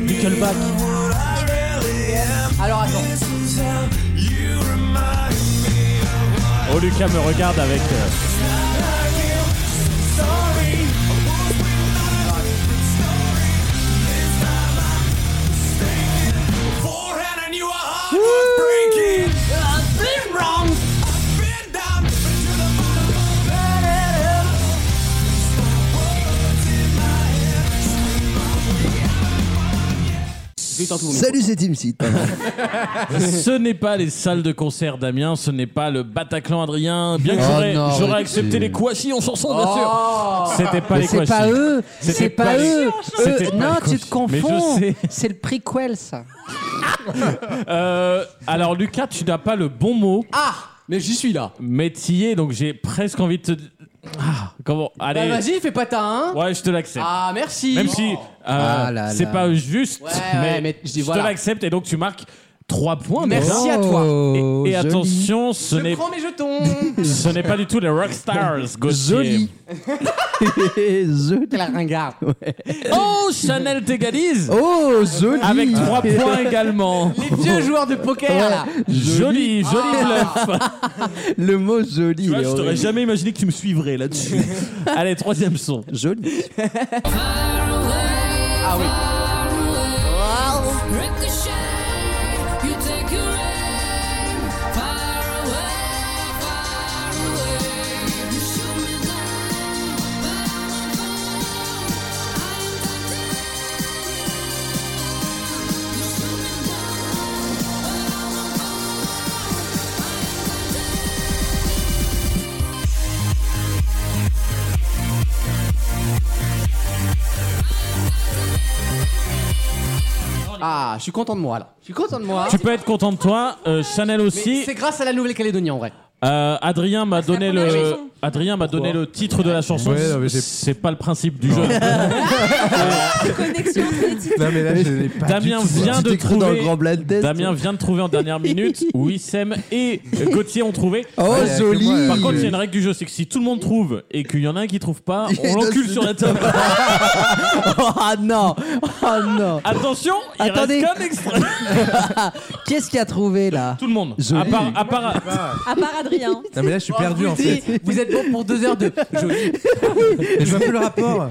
S7: Nickelback.
S2: Alors attends.
S5: Oh, Lucas me regarde avec. euh,
S11: Salut, c'est Team Seed.
S5: Ce n'est pas les salles de concert d'Amiens, ce n'est pas le Bataclan Adrien, bien que
S4: Oh
S5: j'aurais-
S4: non,
S5: j'aurais
S4: mais
S5: accepté
S4: tu-
S5: les Kouachi en chanson, bien
S2: Oh.
S5: sûr. C'était pas
S4: Mais
S5: les
S4: c'est
S5: Kouachi.
S4: pas eux, c'est
S5: C'était
S4: pas,
S5: pas les-
S4: eux. Eux,
S5: C'était pas
S4: non,
S5: les
S4: tu
S5: Kouachi.
S4: te
S5: Mais je
S4: confonds.
S5: sais.
S4: C'est le prequel ça.
S5: Euh, alors Lucas, tu n'as pas le bon mot,
S2: Ah Mais j'y suis là.
S5: mais t'y es, donc j'ai presque envie de te... di- Ah, comment
S2: Bah,
S5: Allez,
S2: vas-y, fais pas ta hein.
S5: ouais, je te l'accepte.
S2: Ah, merci.
S5: Même si euh,
S4: Ah là
S5: c'est
S4: là.
S5: pas juste,
S2: Ouais, ouais, mais je dis
S5: je
S2: voilà.
S5: te l'accepte et donc tu marques 3 points.
S2: Merci
S5: déjà.
S2: à toi.
S11: Oh,
S5: Et, et
S11: joli.
S5: attention, ce
S2: Je
S5: n'est
S2: prends mes jetons.
S5: ce n'est pas du tout les Rockstars, Gauthier.
S11: Joli. Joli.
S2: Quel ringard.
S5: Oh, Chanel t'égalise
S11: Oh, joli.
S5: avec 3 points également.
S2: Les vieux joueurs de poker là.
S5: Joli, joli bluff.
S11: Le mot joli.
S5: Tu vois, je
S11: est
S5: t'aurais
S11: horrible.
S5: jamais imaginé que tu me suivrais là-dessus. Allez, troisième son.
S11: Joli.
S2: Ah oui.
S10: Ricochet, you take your aim. Far away, far away. You shoot me down, but I'm gone. I'm not dead yet. You shoot me down, but I'm gone. I'm not dead yet.
S2: Ah, je suis content de moi là. Je suis content de moi.
S5: Tu peux être content de toi, euh, Chanel
S2: Mais
S5: aussi.
S2: c'est grâce à la Nouvelle-Calédonie en vrai.
S5: Euh, Adrien m'a donné
S6: première
S5: le
S6: chanson.
S5: Adrien m'a donné le titre de la chanson.
S8: Ouais, non, mais j'ai-
S5: C'est pas le principe du jeu.
S6: Connexion entre les titres.
S8: Non, mais là, je l'ai pas.
S5: Damien vient
S11: Tu
S5: de
S11: t'es cru dans le
S5: trouver.
S11: grand blind test.
S5: Damien vient de trouver en dernière minute. Wissem et Gauthier ont trouvé.
S11: Oh,
S8: Ouais,
S11: joli.
S8: avec moi,
S5: Par contre, il y a une règle du jeu, c'est que si tout le monde trouve et qu'il y en a un qui trouve pas,
S11: Il
S5: on l'encule
S11: doit-
S5: sur la table.
S11: Ah non. Oh non.
S5: Attention, il
S11: Attendez.
S5: reste qu'un extrait.
S11: Qu'est-ce qu'il a trouvé là
S5: Tout le monde.
S11: Joli.
S5: À part, à part-
S6: À part Adrien.
S8: Non, mais là, je suis perdu en fait.
S2: Vous êtes bon pour 2 heures de Euh, joli.
S8: Je vois plus le rapport.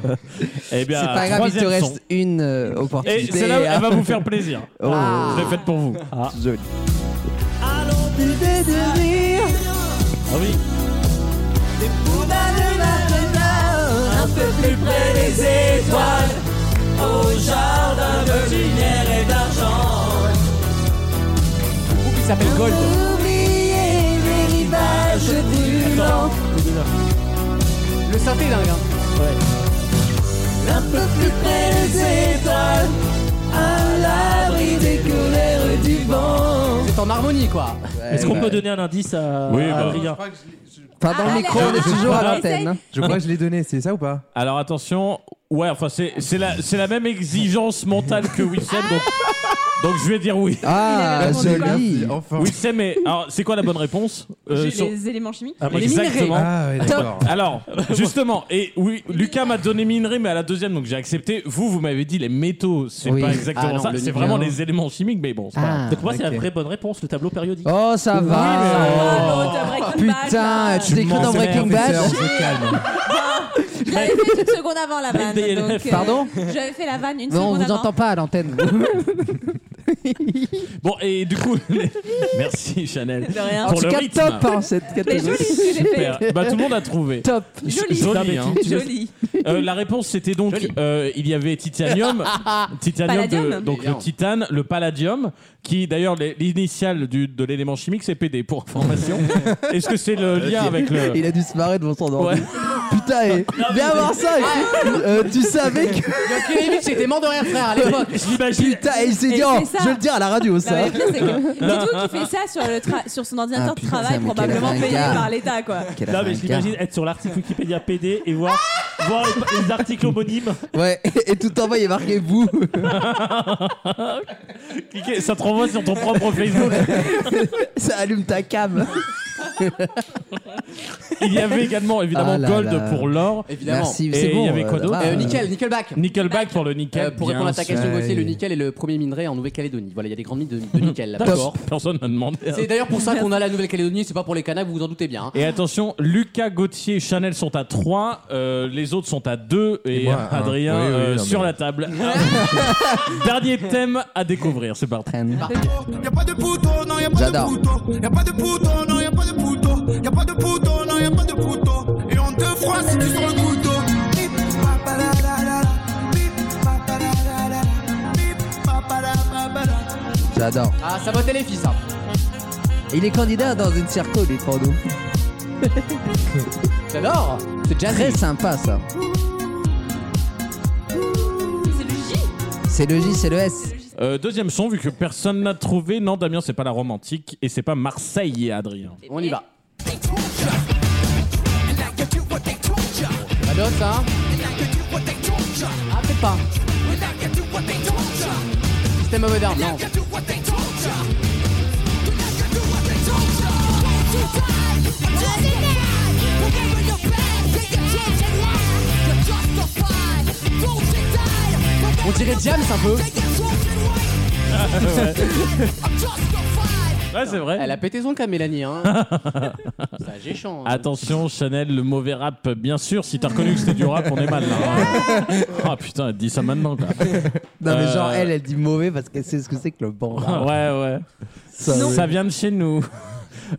S5: Eh bien,
S11: C'est pas grave, il te
S5: troisième
S11: reste
S5: son.
S11: une euh,
S5: Et
S11: opportunité.
S5: celle-là,
S11: hein.
S5: elle va vous faire plaisir.
S11: Oh,
S5: Je l'ai faite pour vous. Ah,
S11: joli.
S5: ah oui.
S11: Eh
S2: Il s'appelle Gold. Le synthé est dingue. hein. C'est en harmonie quoi.
S7: Est-ce
S11: ben
S7: qu'on peut donner un indice à
S5: Oui, bah.
S7: Adrien
S11: Pas dans
S6: Ah,
S11: le micro, on
S6: d'accord.
S11: est toujours à
S5: Ah,
S11: l'antenne. hein.
S8: Je crois que je l'ai donné, c'est ça ou pas
S5: Alors attention, ouais, enfin c'est c'est la, c'est la même exigence mentale que Wissem, donc, donc je vais dire oui.
S11: Ah,
S6: répondu quoi
S11: joli.
S8: Enfin.
S5: Wissem, est- alors c'est quoi la bonne réponse Euh,
S6: J'ai
S5: sur-
S6: les éléments chimiques.
S2: Les
S5: Ah, Exactement.
S8: Ah, ouais, d'accord.
S5: Alors, justement, et oui, Lucas m'a donné minerais, mais à la deuxième, donc j'ai accepté. Vous, vous m'avez dit les métaux, c'est
S11: Oui.
S5: pas exactement
S2: Ah non,
S5: ça,
S2: le
S5: c'est
S2: numéro.
S5: vraiment les éléments chimiques, mais bon, c'est pas
S11: Ah,
S5: grave.
S7: Donc moi, c'est
S8: ok.
S7: la vraie bonne réponse, le tableau périodique.
S11: Oh, ça va. Oh,
S6: Ah, l'autre, Breaking Bad,
S11: Putain,
S6: là.
S11: tu t'es cru dans
S5: m'en
S11: Breaking
S8: Professeur,
S11: Bad
S8: on se calme.
S6: Je l'avais fait une seconde avant la
S7: Bad
S6: vanne.
S7: day
S6: donc, euh,
S11: Pardon
S6: J'avais fait la vanne une
S11: Non, on
S6: seconde
S11: vous
S6: avant.
S11: entend pas à l'antenne.
S5: Bon, et du coup, merci Chanel.
S6: De rien.
S11: En
S5: Pour
S11: tout
S5: le
S11: cas,
S5: rythme.
S11: top hein, cette
S6: C'est
S11: catégorie.
S6: joli ce que j'ai fait.
S5: Super. Bah, tout le monde a trouvé.
S11: Top.
S6: Joli.
S5: Joli, hein.
S6: Joli.
S5: Euh, la réponse c'était donc
S2: Joli.
S5: euh, il y avait titanium, titanium de-
S6: Palladium.
S5: donc le
S2: Évidemment.
S5: titane, le palladium, qui d'ailleurs les- l'initiale du- de l'élément chimique c'est PD pour information. Est-ce que c'est le lien avec le
S11: Il a dû se marrer devant son ordi.
S5: hein. Ouais.
S4: Putain, et... viens voir ça. et- euh, tu savais que.
S2: Yankelevitch était mort de rire, frère, à l'époque.
S4: Putain, et il s'est
S6: Et
S4: dit,
S6: il
S4: oh,
S6: fait ça.
S4: je vais le dire à la radio, ça.
S6: Non, mais le pire, c'est que Didou qui fait ça sur, le tra- sur son ordinateur
S4: Ah,
S6: de
S4: putain,
S6: travail,
S4: mais quel
S6: probablement payé
S4: ringard.
S6: par l'État, quoi.
S4: Quel
S12: Non, mais
S4: ringard.
S12: je l'imagine être sur l'article Wikipédia PD et voir, voir les, les articles homonymes.
S4: Ouais, et tout en bas, il est marqué vous.
S12: Cliquez, Ça te renvoie sur ton propre Facebook.
S4: ça allume ta cam.
S5: Il y avait également évidemment
S4: Ah là
S5: Gold
S4: là.
S5: pour l'or.
S2: Évidemment.
S4: Merci,
S5: Et
S4: c'est bon.
S5: il y avait quoi
S4: euh,
S5: d'autre
S4: là-bas,
S2: Euh, nickel, Nickelback.
S5: Nickelback pour le nickel.
S2: Euh, pour
S5: Ah. bien
S2: répondre à ta
S5: sûr.
S2: question, Gauthier,
S4: Ouais.
S2: le nickel est le premier minerai en Nouvelle-Calédonie. Voilà, il y a des grandes mines de, de nickel là-bas.
S5: D'accord. Personne n'a demandé.
S2: C'est d'ailleurs pour ça qu'on a la Nouvelle-Calédonie, c'est pas pour les Canaries, vous vous en doutez bien. hein.
S5: Et attention, Lucas, Gauthier et Chanel sont à 3, les autres sont à 2 et,
S3: Et moi, un.
S5: Adrien
S3: Oui, oui,
S5: euh,
S3: non, mais-
S5: sur la table. Dernier thème à découvrir, c'est parti.
S13: Y'a pas de pouton, non, y'a pas de
S4: J'adore.
S13: pouton. Y'a pas de pouton, non, y'a pas de pouton. Y'a pas de pouton, non, y'a pas de pouton. Et on te froisse sur le couteau. Bip, papadadadada. Bip, papadadadada. Bip, papadadadada.
S4: J'adore.
S2: Ah, ça votait les filles, ça.
S4: Il est candidat dans une circo, lui, pour nous.
S2: J'adore. C'est jazzy.
S4: Très sympa, ça.
S6: C'est le J.
S4: C'est le J, c'est le S.
S5: Euh, deuxième son, vu que personne n'a trouvé. Non, Damien, c'est pas la romantique et c'est pas Marseille, Adrien.
S2: On y va. Pas d'autre, ça Ah, peut-être pas. Système of a Down, non. On dirait Diams un peu.
S5: Ouais, c'est vrai.
S2: Elle a pété son cas, Mélanie. Hein. ça géchant. hein.
S5: Attention, Chanel, le mauvais rap, bien sûr. Si t'as reconnu que c'était du rap, on est mal là. Ah putain, elle dit ça maintenant quoi.
S4: Non, mais genre,
S5: Euh.
S4: elle, elle dit mauvais parce qu'elle sait ce que c'est que le bon. rap.
S5: Ouais, ouais.
S4: Ça, oui.
S5: Ça vient de chez nous.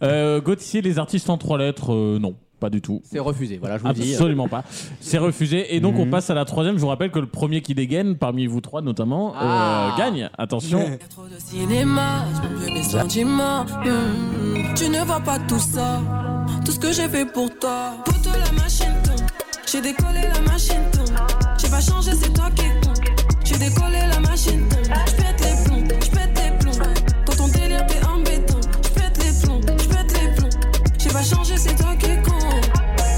S5: Euh, Gauthier, les artistes en trois lettres, euh, non, pas du tout.
S2: C'est refusé, voilà, je vous le Mhm. dis.
S5: Absolument pas. C'est refusé. Et donc, on passe à la troisième. Je vous rappelle que le premier qui dégaine, parmi vous trois notamment, euh,
S2: Ah.
S5: gagne. Attention.
S8: Trop de cinéma, je peux plus mes sentiments. Hmm, Tu ne vois pas tout ça, tout ce que j'ai fait pour toi. Pour toi, la machine tourne. J'ai décollé la machine tourne. J'ai pas changé, c'est toi qui compte. J'ai décollé la machine tourne. Je pète les plombs, je pète les plombs. Dans ton délire, t'es embêtant. Je pète les plombs, je pète les plombs. J'ai pas changé, c'est toi qui compte.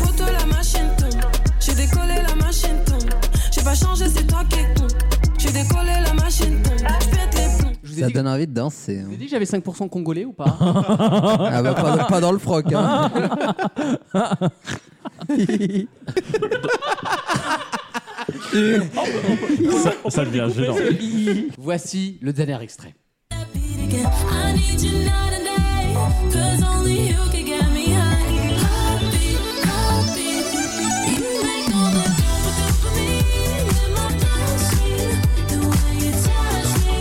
S8: Pour toi, la machine tourne. J'ai décollé la machine tourne. J'ai pas changé, c'est toi qui compte. J'ai décollé la machine tourne. Je pète les plombs.
S2: Je vous ai
S4: Ça
S2: dit,
S4: donne envie de danser. hein.
S2: je vous ai dit que j'avais 5% congolais ou pas
S4: Ah bah, pas, pas dans le froc. Hein.
S5: ça, ça devient gênant.
S2: Voici le dernier extrait.
S10: I need you night and day, 'cause only you can get me high. Heartbeat, heartbeat, you make all the double do for me in my bloodstream. The way you touch me,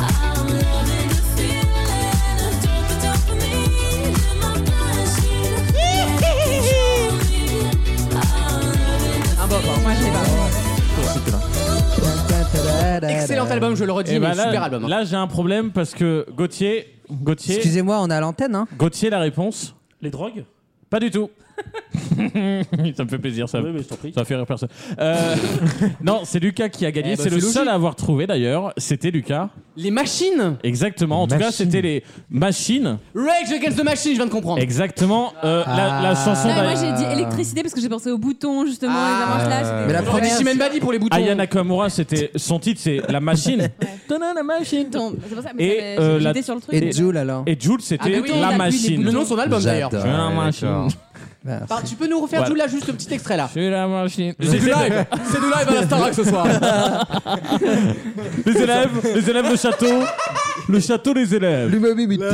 S10: I'm loving the feeling. A double do for me in my bloodstream.
S2: Un bop, hein. Excellent
S4: Excellent
S2: album, je le redis,
S5: Et
S2: mais
S5: bah
S2: super
S5: là,
S2: album. hein.
S5: là, j'ai un problème parce que Gauthier, Gauthier,
S4: Excusez-moi, on est à l'antenne, hein
S5: Gauthier, la réponse,
S12: Les drogues
S5: pas du tout. ça me fait plaisir, ça.
S12: Oui, mais je t'en prie.
S5: Ça fait rire personne. Euh, non, c'est Lucas qui a gagné.
S2: Eh bah,
S5: c'est le
S2: c'est
S5: seul
S2: logique.
S5: à avoir trouvé d'ailleurs. C'était Lucas.
S2: Les machines
S5: Exactement. En tout cas,
S3: Machine.
S5: c'était les machines.
S2: Rage Against the Machine, je viens de comprendre.
S5: Exactement. Euh, la, la chanson
S2: Ah. Eh,
S6: Non, mais moi
S5: d'Aya
S6: j'ai dit électricité parce que j'ai pensé aux boutons justement et les manches là.
S4: Mais la
S2: J'aurais dit
S4: première.
S2: Chimène Badi pour les boutons.
S5: Aya Nakamura, c'était son titre, c'est La Machine. Tana, la machine.
S6: C'est pour ça,
S5: Et,
S6: mais
S5: euh, la-
S6: j'étais sur le truc.
S4: Et Jules alors
S5: Et Jules,
S2: Ah, mais
S5: c'était
S2: oui, on
S5: La
S2: a plus les-
S5: Machine.
S2: Le nom de son album d'ailleurs.
S4: J'adore.
S5: la
S3: Ouais,
S5: machine.
S3: d'accord.
S2: Par- tu peux nous refaire
S5: Voilà.
S2: Jules là juste le petit extrait là.
S5: C'est la machine.
S2: C'est du live, c'est du live à la Starac ce soir.
S5: Les élèves, les élèves, le château. Le château, les élèves.
S4: L'humabilité.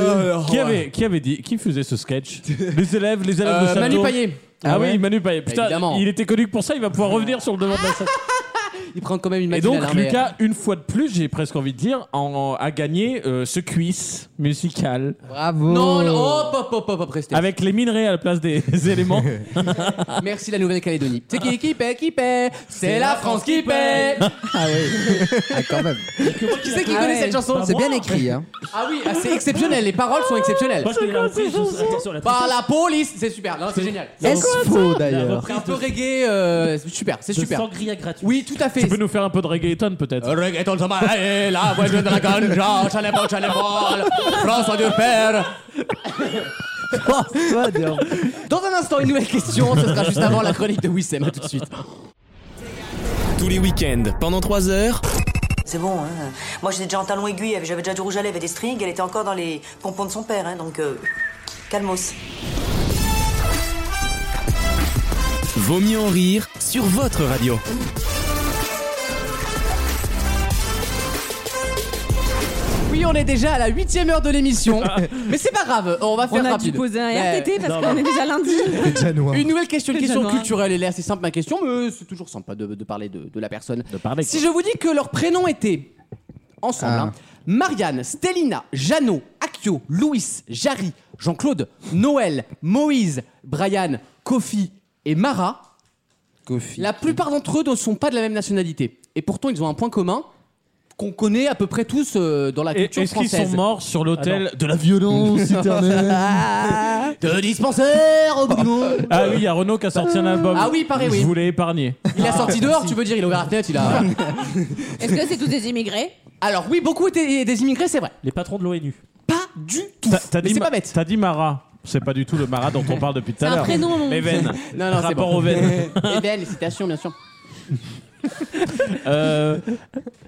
S5: Qui avait, qui avait dit, qui faisait ce sketch Les élèves, les élèves, le
S2: Euh,
S5: château.
S2: Manu Payet,
S5: Ah,
S4: Ah
S5: oui,
S4: ouais
S5: Manu Payet. Putain,
S2: Évidemment.
S5: il était connu que pour ça, il va pouvoir revenir sur le devant de la scène.
S2: il prend quand même une
S5: Et
S2: matinale.
S5: donc,
S2: hein, mais-
S5: Lucas, une fois de plus, j'ai presque envie de dire, en- a gagné euh, ce quiz musical.
S4: Bravo
S2: Non, non, hop, hop, hop, hop, hop, restez.
S5: Avec les minerais à la place des éléments.
S2: Merci la Nouvelle-Calédonie. C'est qui qui paie, qui paie C'est la France qui paie
S4: Ah oui. Ah, quand même.
S2: Qui c'est qui
S4: Ah
S2: connaît
S4: ouais.
S2: cette chanson
S4: C'est bien écrit, hein.
S2: Ah oui, ah, c'est exceptionnel, les paroles sont exceptionnelles.
S7: Moi, je connais la reprise, je- attention, la
S2: Par la police, c'est super, non, c'est génial.
S7: C'est quoi, ça
S11: faux,
S5: Euh,
S7: La
S11: d'ailleurs
S7: reprise
S2: Un peu
S7: de-
S2: reggae, euh, c'est super, c'est
S7: de
S2: super.
S7: Sangria gratuite.
S2: Oui, tout à fait.
S5: Tu peux nous faire un peu de reggaeton, peut-être
S2: Reggaeton, ça va, eh, la voix de la ganja, chalébol, chalébol, François du Père. Dans un instant, une nouvelle question, ce sera juste avant la chronique de Wissem, à tout de suite.
S14: Tous les week-ends, pendant 3 heures.
S9: C'est bon, hein. Moi, j'étais déjà en talon aiguille, j'avais déjà du rouge à lèvres et des strings, elle était encore dans les pompons de son père, hein, donc euh, calmos.
S14: Vaut mieux en rire sur votre radio.
S2: Oui, on est déjà à la huitième heure de l'émission, mais c'est pas grave, on va faire
S6: On a
S2: rapide.
S6: dû poser un
S2: Mais-
S6: RTT parce qu'on est déjà lundi.
S2: Une nouvelle question, une
S6: Déjà
S2: question
S6: noir.
S2: culturelle. Elle est assez simple, ma question, mais c'est toujours sympa de, de parler de, de la personne.
S5: parler,
S2: si je vous dis que leurs prénoms étaient, ensemble,
S11: Ah.
S2: hein, Marianne, Stelina, Jeannot, Akio, Louis, Jarry, Jean-Claude, Noël, Moïse, Brian, Kofi et Mara, la plupart d'entre eux ne sont pas de la même nationalité. Et pourtant, ils ont un point commun qu'on connaît à peu près tous euh, dans la
S5: Et-
S2: culture
S5: Est-ce qu'ils
S2: française.
S5: sont morts sur l'autel
S2: Ah non.
S5: de la violence éternelle
S2: De dispensaire au bout du monde.
S5: Ah oui, il y a Renaud qui a sorti un album.
S2: Ah oui, pareil, oui.
S5: Je voulais épargner.
S2: Il a sorti dehors, tu veux dire, il a ouvert la tête, il a.
S6: Est-ce que c'est tous des immigrés
S2: Alors oui, beaucoup étaient des immigrés, c'est vrai.
S7: Les patrons de l'ONU.
S2: Pas du tout.
S5: T'as- t'as
S2: Mais
S5: dit
S2: c'est
S5: Ma-
S2: pas bête.
S5: T'as dit Mara. C'est pas du tout le Mara dont on parle depuis tout à
S2: C'est un
S5: l'heure.
S2: prénom, mon-
S5: Les veines.
S2: Non, non, c'est
S5: Rapport
S2: bon.
S5: aux veines.
S2: Et belle, citation, Eh ben, bien sûr.
S5: Euh,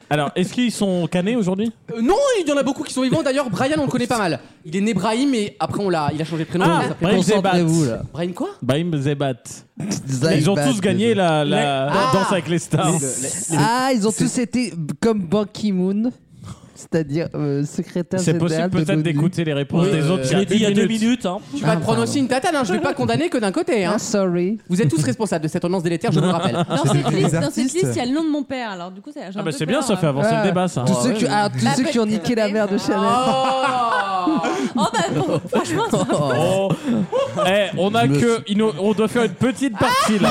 S5: alors, est-ce qu'ils sont canés aujourd'hui
S2: Euh, non, il y en a beaucoup qui sont vivants. D'ailleurs, Brian, on le connaît pas mal. Il est né Brahim et après, on l'a, il a changé de prénom.
S5: Ah,
S2: Il s'appelait-
S5: Brahim Concentrez-vous, Zebat. là.
S2: Brahim quoi
S5: Baim Zebat. Ils ont tous gagné la, la
S2: Ah.
S5: danse avec les stars.
S4: Ah, ils ont tous été comme Ban Ki-moon, c'est-à-dire euh, secrétaire
S5: C'est
S4: général
S5: possible peut-être
S4: de l'ONU.
S5: d'écouter les réponses des autres.
S7: Je l'ai dit il y a deux minutes. hein.
S2: Tu vas
S4: Ah,
S2: te prendre
S4: pardon.
S2: aussi une tatane, hein. je vais pas condamner que d'un côté. Hein.
S4: Ah, sorry.
S2: Vous êtes tous responsables de cette tendance délétère, je vous le rappelle.
S6: Dans cette liste, dans cette liste, il y a le nom de mon père. Alors du coup, ça. j'ai un
S5: Ah bah
S6: peu
S5: c'est bien,
S6: peur,
S5: ça fait
S6: euh.
S5: avancer le débat ça.
S4: Tous ceux, qui, ah, tous
S6: La
S4: ceux qui ont
S6: petite
S4: niqué la mère de Chanel.
S6: Oh bah bon, franchement, ça-
S5: Oh. Eh, on a que. il nous- On doit faire une petite partie là.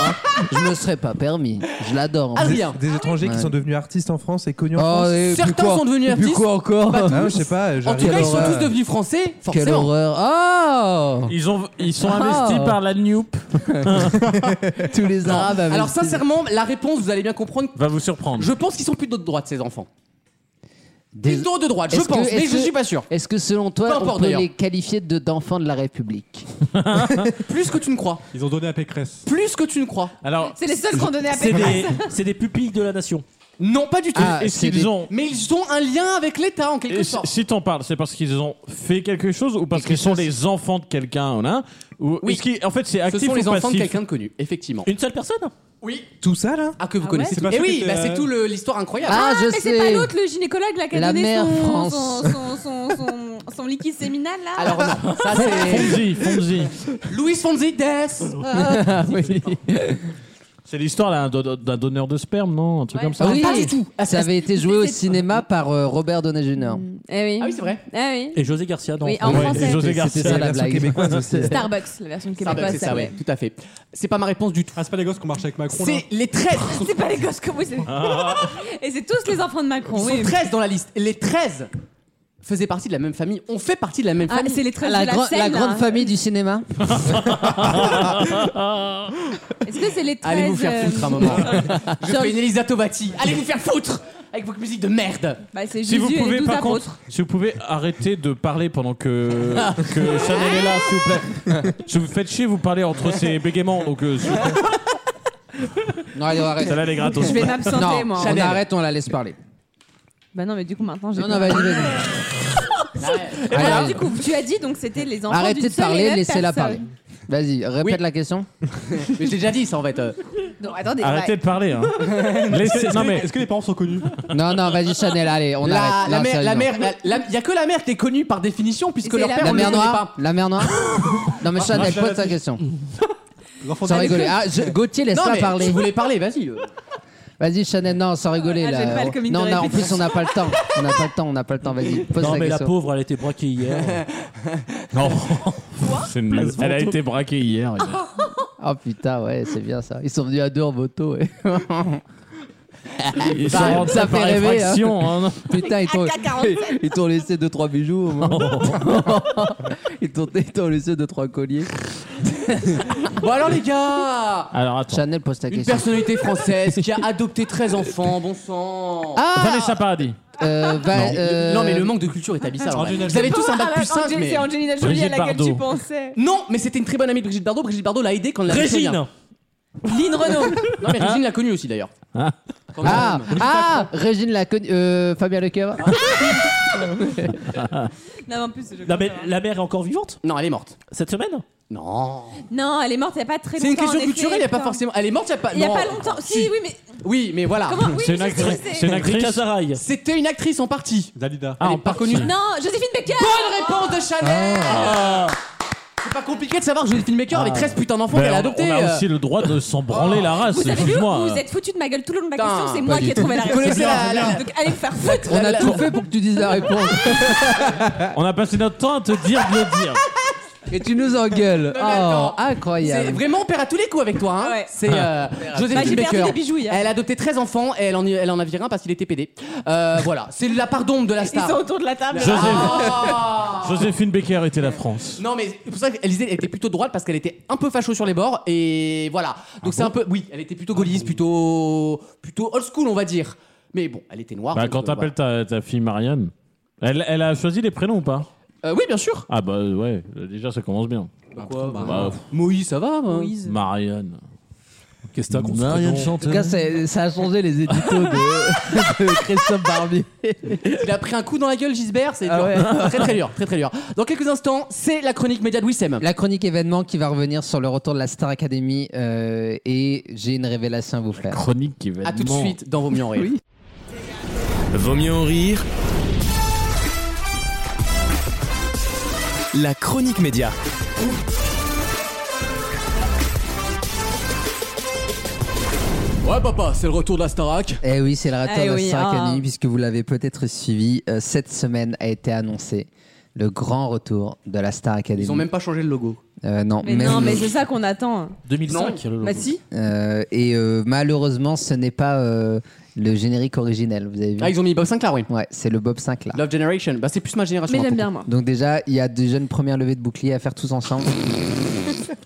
S4: Je me serais pas permis. Je l'adore. en plus.
S2: Adrien.
S8: Des étrangers qui
S4: Ouais.
S8: sont devenus artistes en France et connus en
S4: Oh,
S8: France.
S4: et puis
S2: Certains
S4: quoi
S2: sont devenus
S4: Et puis
S2: artistes.
S4: quoi encore
S2: Pas tous.
S8: Ah, je sais pas,
S2: En tout
S8: j'arrive
S2: cas, ils sont
S8: à-
S2: tous devenus français,
S4: Quelle
S2: forcément.
S4: horreur. Oh
S5: Ils, ont, ils sont investis
S4: Ah.
S5: par la Newp.
S4: Tous les Arabes avaient.
S2: Alors sincèrement, la réponse, vous allez bien comprendre.
S5: Va vous surprendre.
S2: Je pense qu'ils sont plutôt de droite, ces enfants.
S4: Des-
S2: Plutôt de droite, je
S4: Est-ce que-
S2: pense, mais
S4: est-ce
S2: je
S4: que-
S2: suis pas sûr.
S4: Est-ce que selon
S2: Peu
S4: toi, on
S2: importe,
S4: peut
S2: d'ailleurs.
S4: les qualifier de- d'enfants de la République
S2: Plus que tu ne crois.
S3: Ils ont donné à Pécresse.
S2: Plus que tu ne crois.
S5: Alors,
S6: c'est les seuls qu'on donnait à
S7: C'est des,
S6: Pécresse.
S7: c'est des pupilles de la nation.
S2: Non, pas du tout.
S4: Ah,
S5: est-ce
S4: c'est
S5: qu'ils
S4: des-
S5: ont.
S2: Mais ils ont un lien avec l'État en
S5: et
S2: quelque
S5: si
S2: sorte.
S5: si t'en parles, c'est parce qu'ils ont fait quelque chose ou parce
S4: Quelque
S5: qu'ils sont
S4: chose.
S5: les enfants de quelqu'un ou là ou
S2: Oui.
S5: est-ce qu'ils- En fait, c'est
S2: Ce
S5: actif
S2: sont
S5: ou
S2: les enfants de
S5: passif
S2: quelqu'un de connu, effectivement.
S7: Une seule personne
S2: Oui.
S8: Tout ça là
S2: Ah que vous
S6: Ah
S2: connaissez.
S3: C'est
S2: tous.
S6: ouais
S3: pas
S2: Eh
S3: sûr
S2: oui,
S3: que
S2: bah,
S3: t'as-
S2: c'est tout le- l'histoire incroyable.
S4: Ah, je
S6: mais c'est pas
S4: sais.
S6: l'autre, le gynécologue là, qui a
S4: La
S6: donné
S4: mère
S6: son,
S4: France.
S6: son, son, son, son, son liquide séminal là.
S2: Alors non, ça c'est
S5: Fonzi, Fonzi.
S2: Louis Fonzi des.
S4: Ah, oui.
S5: C'est l'histoire d'un do- d'un donneur de sperme, non Un truc
S6: Ouais.
S5: comme ça.
S4: Oui.
S2: Pas du tout. Ah,
S4: Ça
S2: c'est-
S4: avait été joué au cinéma par euh, Robert Downey Jr.
S6: Eh oui.
S2: Ah oui, c'est vrai.
S6: Ah oui.
S7: Et José Garcia dans
S6: Oui, en
S5: Ouais,
S6: français.
S5: et José
S4: C'était
S5: Garcia.
S4: ça la
S8: version
S4: blague.
S8: québécoise aussi.
S6: Starbucks, la version
S2: Starbucks,
S6: québécoise.
S2: c'est ça, ouais, tout à fait. C'est pas ma réponse du tout.
S3: Ah, c'est pas les gosses qui ont marché avec Macron là
S2: C'est les 13.
S6: ouais. C'est pas les gosses comme vous. c'est- Et c'est tous les enfants de
S2: Ils
S6: Macron.
S2: sont
S6: Oui.
S2: 13 dans la liste. Les 13 faisaient partie de la même famille. On fait partie de la hein. même
S6: Ah,
S2: famille.
S6: c'est les 13
S4: La,
S6: de la hein.
S4: grand-
S6: Seine,
S4: la
S6: là.
S4: grande famille du cinéma.
S6: Est-ce que c'est les 13
S2: Allez vous faire
S6: euh,
S2: foutre un moment. Je
S6: Sur-
S2: fais une Elisa Tovati. Allez vous faire foutre avec votre musique de merde.
S6: Bah, c'est
S5: Si
S6: Jésus
S5: vous
S6: et les
S5: pouvez,
S6: 12
S5: par
S6: apôtres.
S5: contre, si vous pouvez arrêter de parler pendant que, que Chanel est là, s'il vous plaît. Si vous faites chier, vous parlez entre ces bégaiements. Donc, euh, s'il vous plaît.
S4: Non, allez, on arrête.
S5: celle-là, elle est gratos.
S6: Je vais m'absenter
S4: Non,
S6: moi.
S4: on arrête, on la laisse parler.
S6: Bah non, mais du coup maintenant j'ai.
S4: Non,
S6: peur.
S4: non, vas-y, vas-y.
S6: Alors
S4: Allez,
S6: du coup, tu as dit donc c'était les enfants
S4: Arrêtez
S6: d'une
S4: de
S6: seule et
S4: parler,
S6: même
S4: laissez-la parler.
S6: personne.
S4: Vas-y, répète
S2: Oui.
S4: la question.
S2: Mais j'ai déjà dit ça en fait. euh.
S6: Non, attendez.
S5: Arrêtez
S6: ouais.
S5: de parler. Hein. Laissez- non, mais
S3: Est-ce que les parents sont connus
S4: Non, non, vas-y, Chanel, allez, on
S2: La,
S4: arrête.
S2: la
S4: Non,
S2: mère, la
S4: sérieusement.
S2: mère, la- la- y a que la mère qui est connue par définition puisque
S6: Et c'est
S2: leur
S6: la
S2: père
S4: La
S2: on les
S4: mère
S2: connaît
S4: noire
S2: pas.
S4: La mère noire Non, mais Chanel, pose ta question.
S3: Les enfants
S4: Sans
S3: de
S4: rigoler. Ah, je- Gauthier,
S2: Non
S4: laisse-la
S2: mais
S4: parler.
S2: je voulais parler, vas-y. euh.
S4: Vas-y, Chanel, non, sans rigoler.
S6: Ah,
S4: là.
S6: j'aime pas le comique
S4: non,
S6: de
S4: on a- en
S6: réplique.
S4: plus, on n'a pas le temps. On n'a pas le temps, on n'a pas le temps. Vas-y, pose
S7: Non,
S4: la
S7: mais la
S4: question.
S7: pauvre, elle a été braquée hier.
S5: Non. C'est une blague.
S7: Place
S5: Elle a
S7: Vento.
S5: été braquée hier.
S4: Oh putain, ouais, c'est bien ça. Ils sont venus à deux en moto. ouais.
S5: Ils
S4: Ça-
S5: sont rentrés
S4: ça fait
S5: par
S4: rêver. hein.
S5: effraction, hein, non
S4: Putain, ils t'ont,
S5: AK-47.
S4: ils t'ont laissé 2-3 bijoux au moins. ils, t'ont, ils t'ont laissé 2-3 colliers.
S2: Bon alors les gars
S5: Alors attends.
S4: Chanel pose ta
S2: Une
S4: question.
S2: personnalité française qui a adopté 13 enfants, bon sang
S4: Ah
S5: Vanessa Paradis.
S4: Euh, va-
S2: non.
S4: euh,
S2: Non, mais le manque de culture est abyssal. en vrai. Vous avez tous un bac plus 5 mais...
S6: C'est Angelina Jolie à
S2: Brigitte
S6: laquelle
S2: Bardot.
S6: tu pensais.
S2: Non, mais c'était une très bonne amie de Brigitte Bardot. Brigitte Bardot l'a aidée quand elle l'a
S7: Régine
S2: Lynn Renault Non mais Régine l'a connue aussi d'ailleurs. Quand
S4: Ah,
S2: même.
S4: ah, Régine l'a connu. Euh, Fabien Lecoeur.
S2: Ah,
S6: Non, mais en plus, je
S7: Non, mais la mère est encore vivante
S2: Non, elle est morte.
S7: Cette semaine
S2: Non
S6: Non, elle est morte il n'y a pas très longtemps.
S2: C'est une question
S6: en effet,
S2: culturelle, il n'y a pas
S6: putain.
S2: forcément... Elle est morte il n'y a pas...
S6: Il n'y a
S2: non.
S6: pas longtemps. Si, oui, mais.
S2: Oui, mais voilà.
S6: Comment Oui,
S5: C'est une
S6: je sais,
S5: actrice.
S6: je sais.
S5: C'est une actrice.
S7: Casaray.
S2: C'était une actrice en partie.
S3: Dalida.
S5: Ah,
S2: Elle est
S5: en
S2: pas
S5: partie.
S2: connue.
S6: Non, Joséphine Baker
S2: Bonne réponse de Chanel C'est pas compliqué de savoir que Joséphine Baker avait 13 putains d'enfants
S5: Ah. Ben,
S2: qu'elle
S5: on-
S2: a adoptés.
S5: On a
S2: euh.
S5: aussi le droit de s'en branler la race,
S6: Vous avez vu,
S5: excuse-moi.
S6: vous êtes foutu de ma gueule tout le long de ma
S2: Putain,
S6: question, c'est
S2: pas
S6: moi
S2: du
S6: qui ai
S2: tout.
S6: trouvé la
S2: Vous
S6: réponse.
S2: connaissez la-
S6: C'est bien,
S2: la-
S6: Donc allez me faire foutre
S4: On a
S2: La-
S4: tout fait pour que tu dises la réponse.
S5: On a passé notre temps à te dire de le dire.
S4: Et tu nous engueules.
S2: mais
S4: Oh,
S2: attends. C'est
S4: incroyable.
S2: vraiment on perd à tous les coups avec toi. Hein.
S6: Ouais.
S2: C'est euh,
S6: Bah,
S2: Joséphine
S6: j'ai perdu
S2: Baker.
S6: des
S5: hein.
S6: bijoux hier.
S2: Elle a adopté 13 enfants et elle en, elle en a viré un parce qu'il était PD. Euh, voilà, c'est la part d'ombre de la
S6: Ils
S2: star.
S6: sont autour de la table.
S5: José-
S2: Ah
S5: Joséphine Baker était la France.
S2: Non mais c'est pour ça qu'elle disait, elle était plutôt droite parce qu'elle était un peu facho sur les bords et voilà. Donc
S5: Ah
S2: c'est un peu, oui, elle était plutôt gaulliste, plutôt, plutôt old school on va dire. Mais bon, elle était noire.
S5: Bah,
S2: donc,
S5: quand
S2: euh,
S5: t'appelles ta, ta fille Marianne, elle, elle a choisi les prénoms ou pas
S2: voilà. Euh, oui bien sûr.
S5: Ah bah ouais, déjà ça commence bien. Bah, pff,
S2: Moïse, ça va. bah.
S5: Marianne.
S3: Qu'est-ce que t'as qu'on se
S5: Marianne
S3: prénom
S4: En tout cas,
S5: Chanteur.
S4: c'est- ça a changé les éditos de, de Christophe Barbier.
S2: Il a pris un coup dans la gueule Gisbert, c'est
S4: Ah
S2: dur.
S4: ouais.
S2: très très dur, très très dur. Dans quelques instants, c'est la chronique média de Wissem.
S4: La chronique événement qui va revenir sur le retour de la Star Academy euh, et j'ai une révélation à vous faire.
S5: Chronique qui va
S2: A tout de suite dans Vos mieux en rire.
S14: Vaut mieux en rire. La chronique média.
S2: Ouais papa, c'est le retour de la Starac.
S4: Eh oui, c'est le retour
S6: Eh
S4: de la
S6: oui,
S4: Star
S6: ah.
S4: Academy puisque vous l'avez peut-être suivi. euh, cette semaine a été annoncé le grand retour de la Star Academy.
S2: Ils ont même pas changé le logo.
S4: Euh, non,
S6: Mais
S4: même
S6: non, mais
S4: le-
S6: c'est ça qu'on attend.
S7: 2005. le logo.
S6: Bah si.
S4: Euh, et euh, malheureusement, ce n'est pas euh, le générique originel. Vous avez vu
S2: Ah ils ont mis Bob Sinclair, oui.
S4: Ouais, c'est le Bob Sinclair.
S2: Love Generation, bah c'est plus ma génération.
S6: Mais
S2: hein, pour
S6: j'aime bien moi.
S4: Donc déjà, il y a déjà une première levée de bouclier à faire tous ensemble.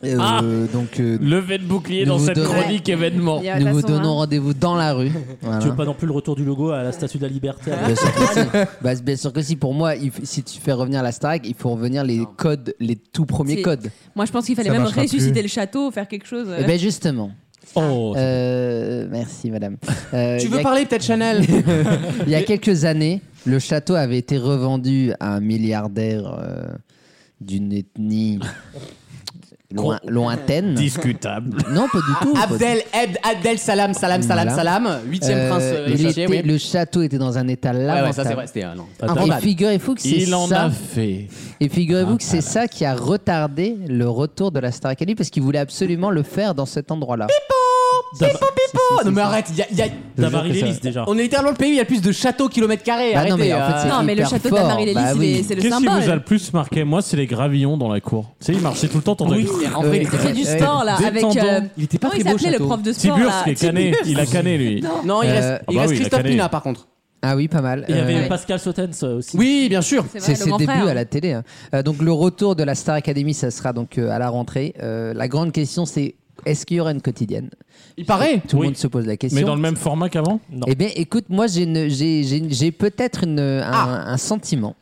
S4: Euh,
S5: Ah.
S4: donc euh,
S5: Levez de bouclier
S4: Nous
S5: dans
S4: vous
S5: cette
S4: donnons-
S5: chronique événement.
S6: Il y a
S4: nous
S6: la
S4: vous
S6: Sandra.
S4: donnons rendez-vous dans la rue. Voilà.
S7: Tu veux pas non plus le retour du logo à la statue de la liberté
S2: Ah.
S7: à-
S4: Bien sûr que si. Bah, bien sûr que si. Pour moi, il f- si tu fais revenir la Starac, il faut revenir les codes, les tout premiers
S6: Si.
S4: codes.
S6: Moi je pense qu'il fallait
S8: Ça
S6: même
S8: marchera
S6: ressusciter
S8: plus.
S6: le château, faire quelque chose.
S4: Eh ben justement.
S7: Oh,
S4: Euh, merci madame. Euh,
S2: le coup. Tu
S4: il y
S2: veux
S4: a-
S2: parler peut-être Chanel
S4: Il y a quelques années, le château avait été revendu à un milliardaire euh, d'une ethnie loin- lointaine.
S5: Discutable.
S4: Non, pas du tout. pas du
S2: Abdel, Abd- Abdel Salam, Salam, Salam,
S4: Voilà.
S2: Salam, huitième
S4: Euh,
S2: prince euh,
S4: il
S2: héritier,
S4: était-
S2: oui.
S4: Le château était dans un état
S2: Ouais,
S4: lamentable.
S2: ouais, ça c'est vrai, c'était euh, non.
S5: Attends.
S4: Et
S2: Invendable.
S4: figurez-vous que c'est
S5: Il en
S4: ça.
S5: a fait.
S4: Et
S2: Ah,
S4: figurez-vous que c'est ça qui a retardé le retour de la Star Academy parce qu'il voulait absolument le faire dans cet endroit-là.
S7: Dam-
S2: Oh, non mais arrête, il y a- il y a-
S7: Damary
S4: Je jure que
S7: Lélis
S4: ça-
S7: déjà.
S2: on est littéralement le pays où il y a le plus de châteaux kilomètre carré.
S4: Bah non, mais en fait,
S2: arrêtez,
S4: c'est-
S2: euh,
S6: Non, mais le
S4: hyper
S6: château
S4: fort.
S6: d'Amarie
S4: Bah oui.
S6: Lélis, c'est le
S5: Qu'est-ce qui vous a le
S6: symbole.
S5: plus marqué Moi, c'est les gravillons dans la cour. Tu sais, ils marchaient tout le temps, t'entendais.
S2: en fait, il était-
S6: C'est du
S4: Euh,
S6: sport là, avec.
S5: détendant.
S6: euh,
S2: il était pas
S6: Comment
S2: très
S6: il
S2: beau
S6: s'appelait le
S2: château.
S6: prof de sport
S5: Tiburce
S6: là
S5: qui est cané, il a cané lui.
S2: Non, il reste,
S4: Euh,
S5: ah bah
S2: il reste
S5: oui, il a
S2: Christophe
S5: canné.
S2: Pina par contre.
S4: Ah oui, pas mal.
S7: Il y avait
S4: Euh,
S7: Pascal Sautens euh, aussi.
S2: Oui, bien sûr.
S6: C'est vrai,
S4: C'est
S6: le
S4: ses
S6: grand
S4: débuts
S6: frère.
S4: à la télé. hein. Euh, donc le retour de la Star Academy, ça sera donc euh, à la rentrée. Euh, la grande question, c'est est-ce qu'il y aura une quotidienne
S2: Il paraît.
S4: Tout
S5: Oui.
S4: le monde se pose la question.
S5: Mais dans le même format qu'avant
S7: Non.
S4: Eh bien, écoute, moi, j'ai une- j'ai- j'ai j'ai peut-être une- un,
S2: Ah.
S4: un sentiment.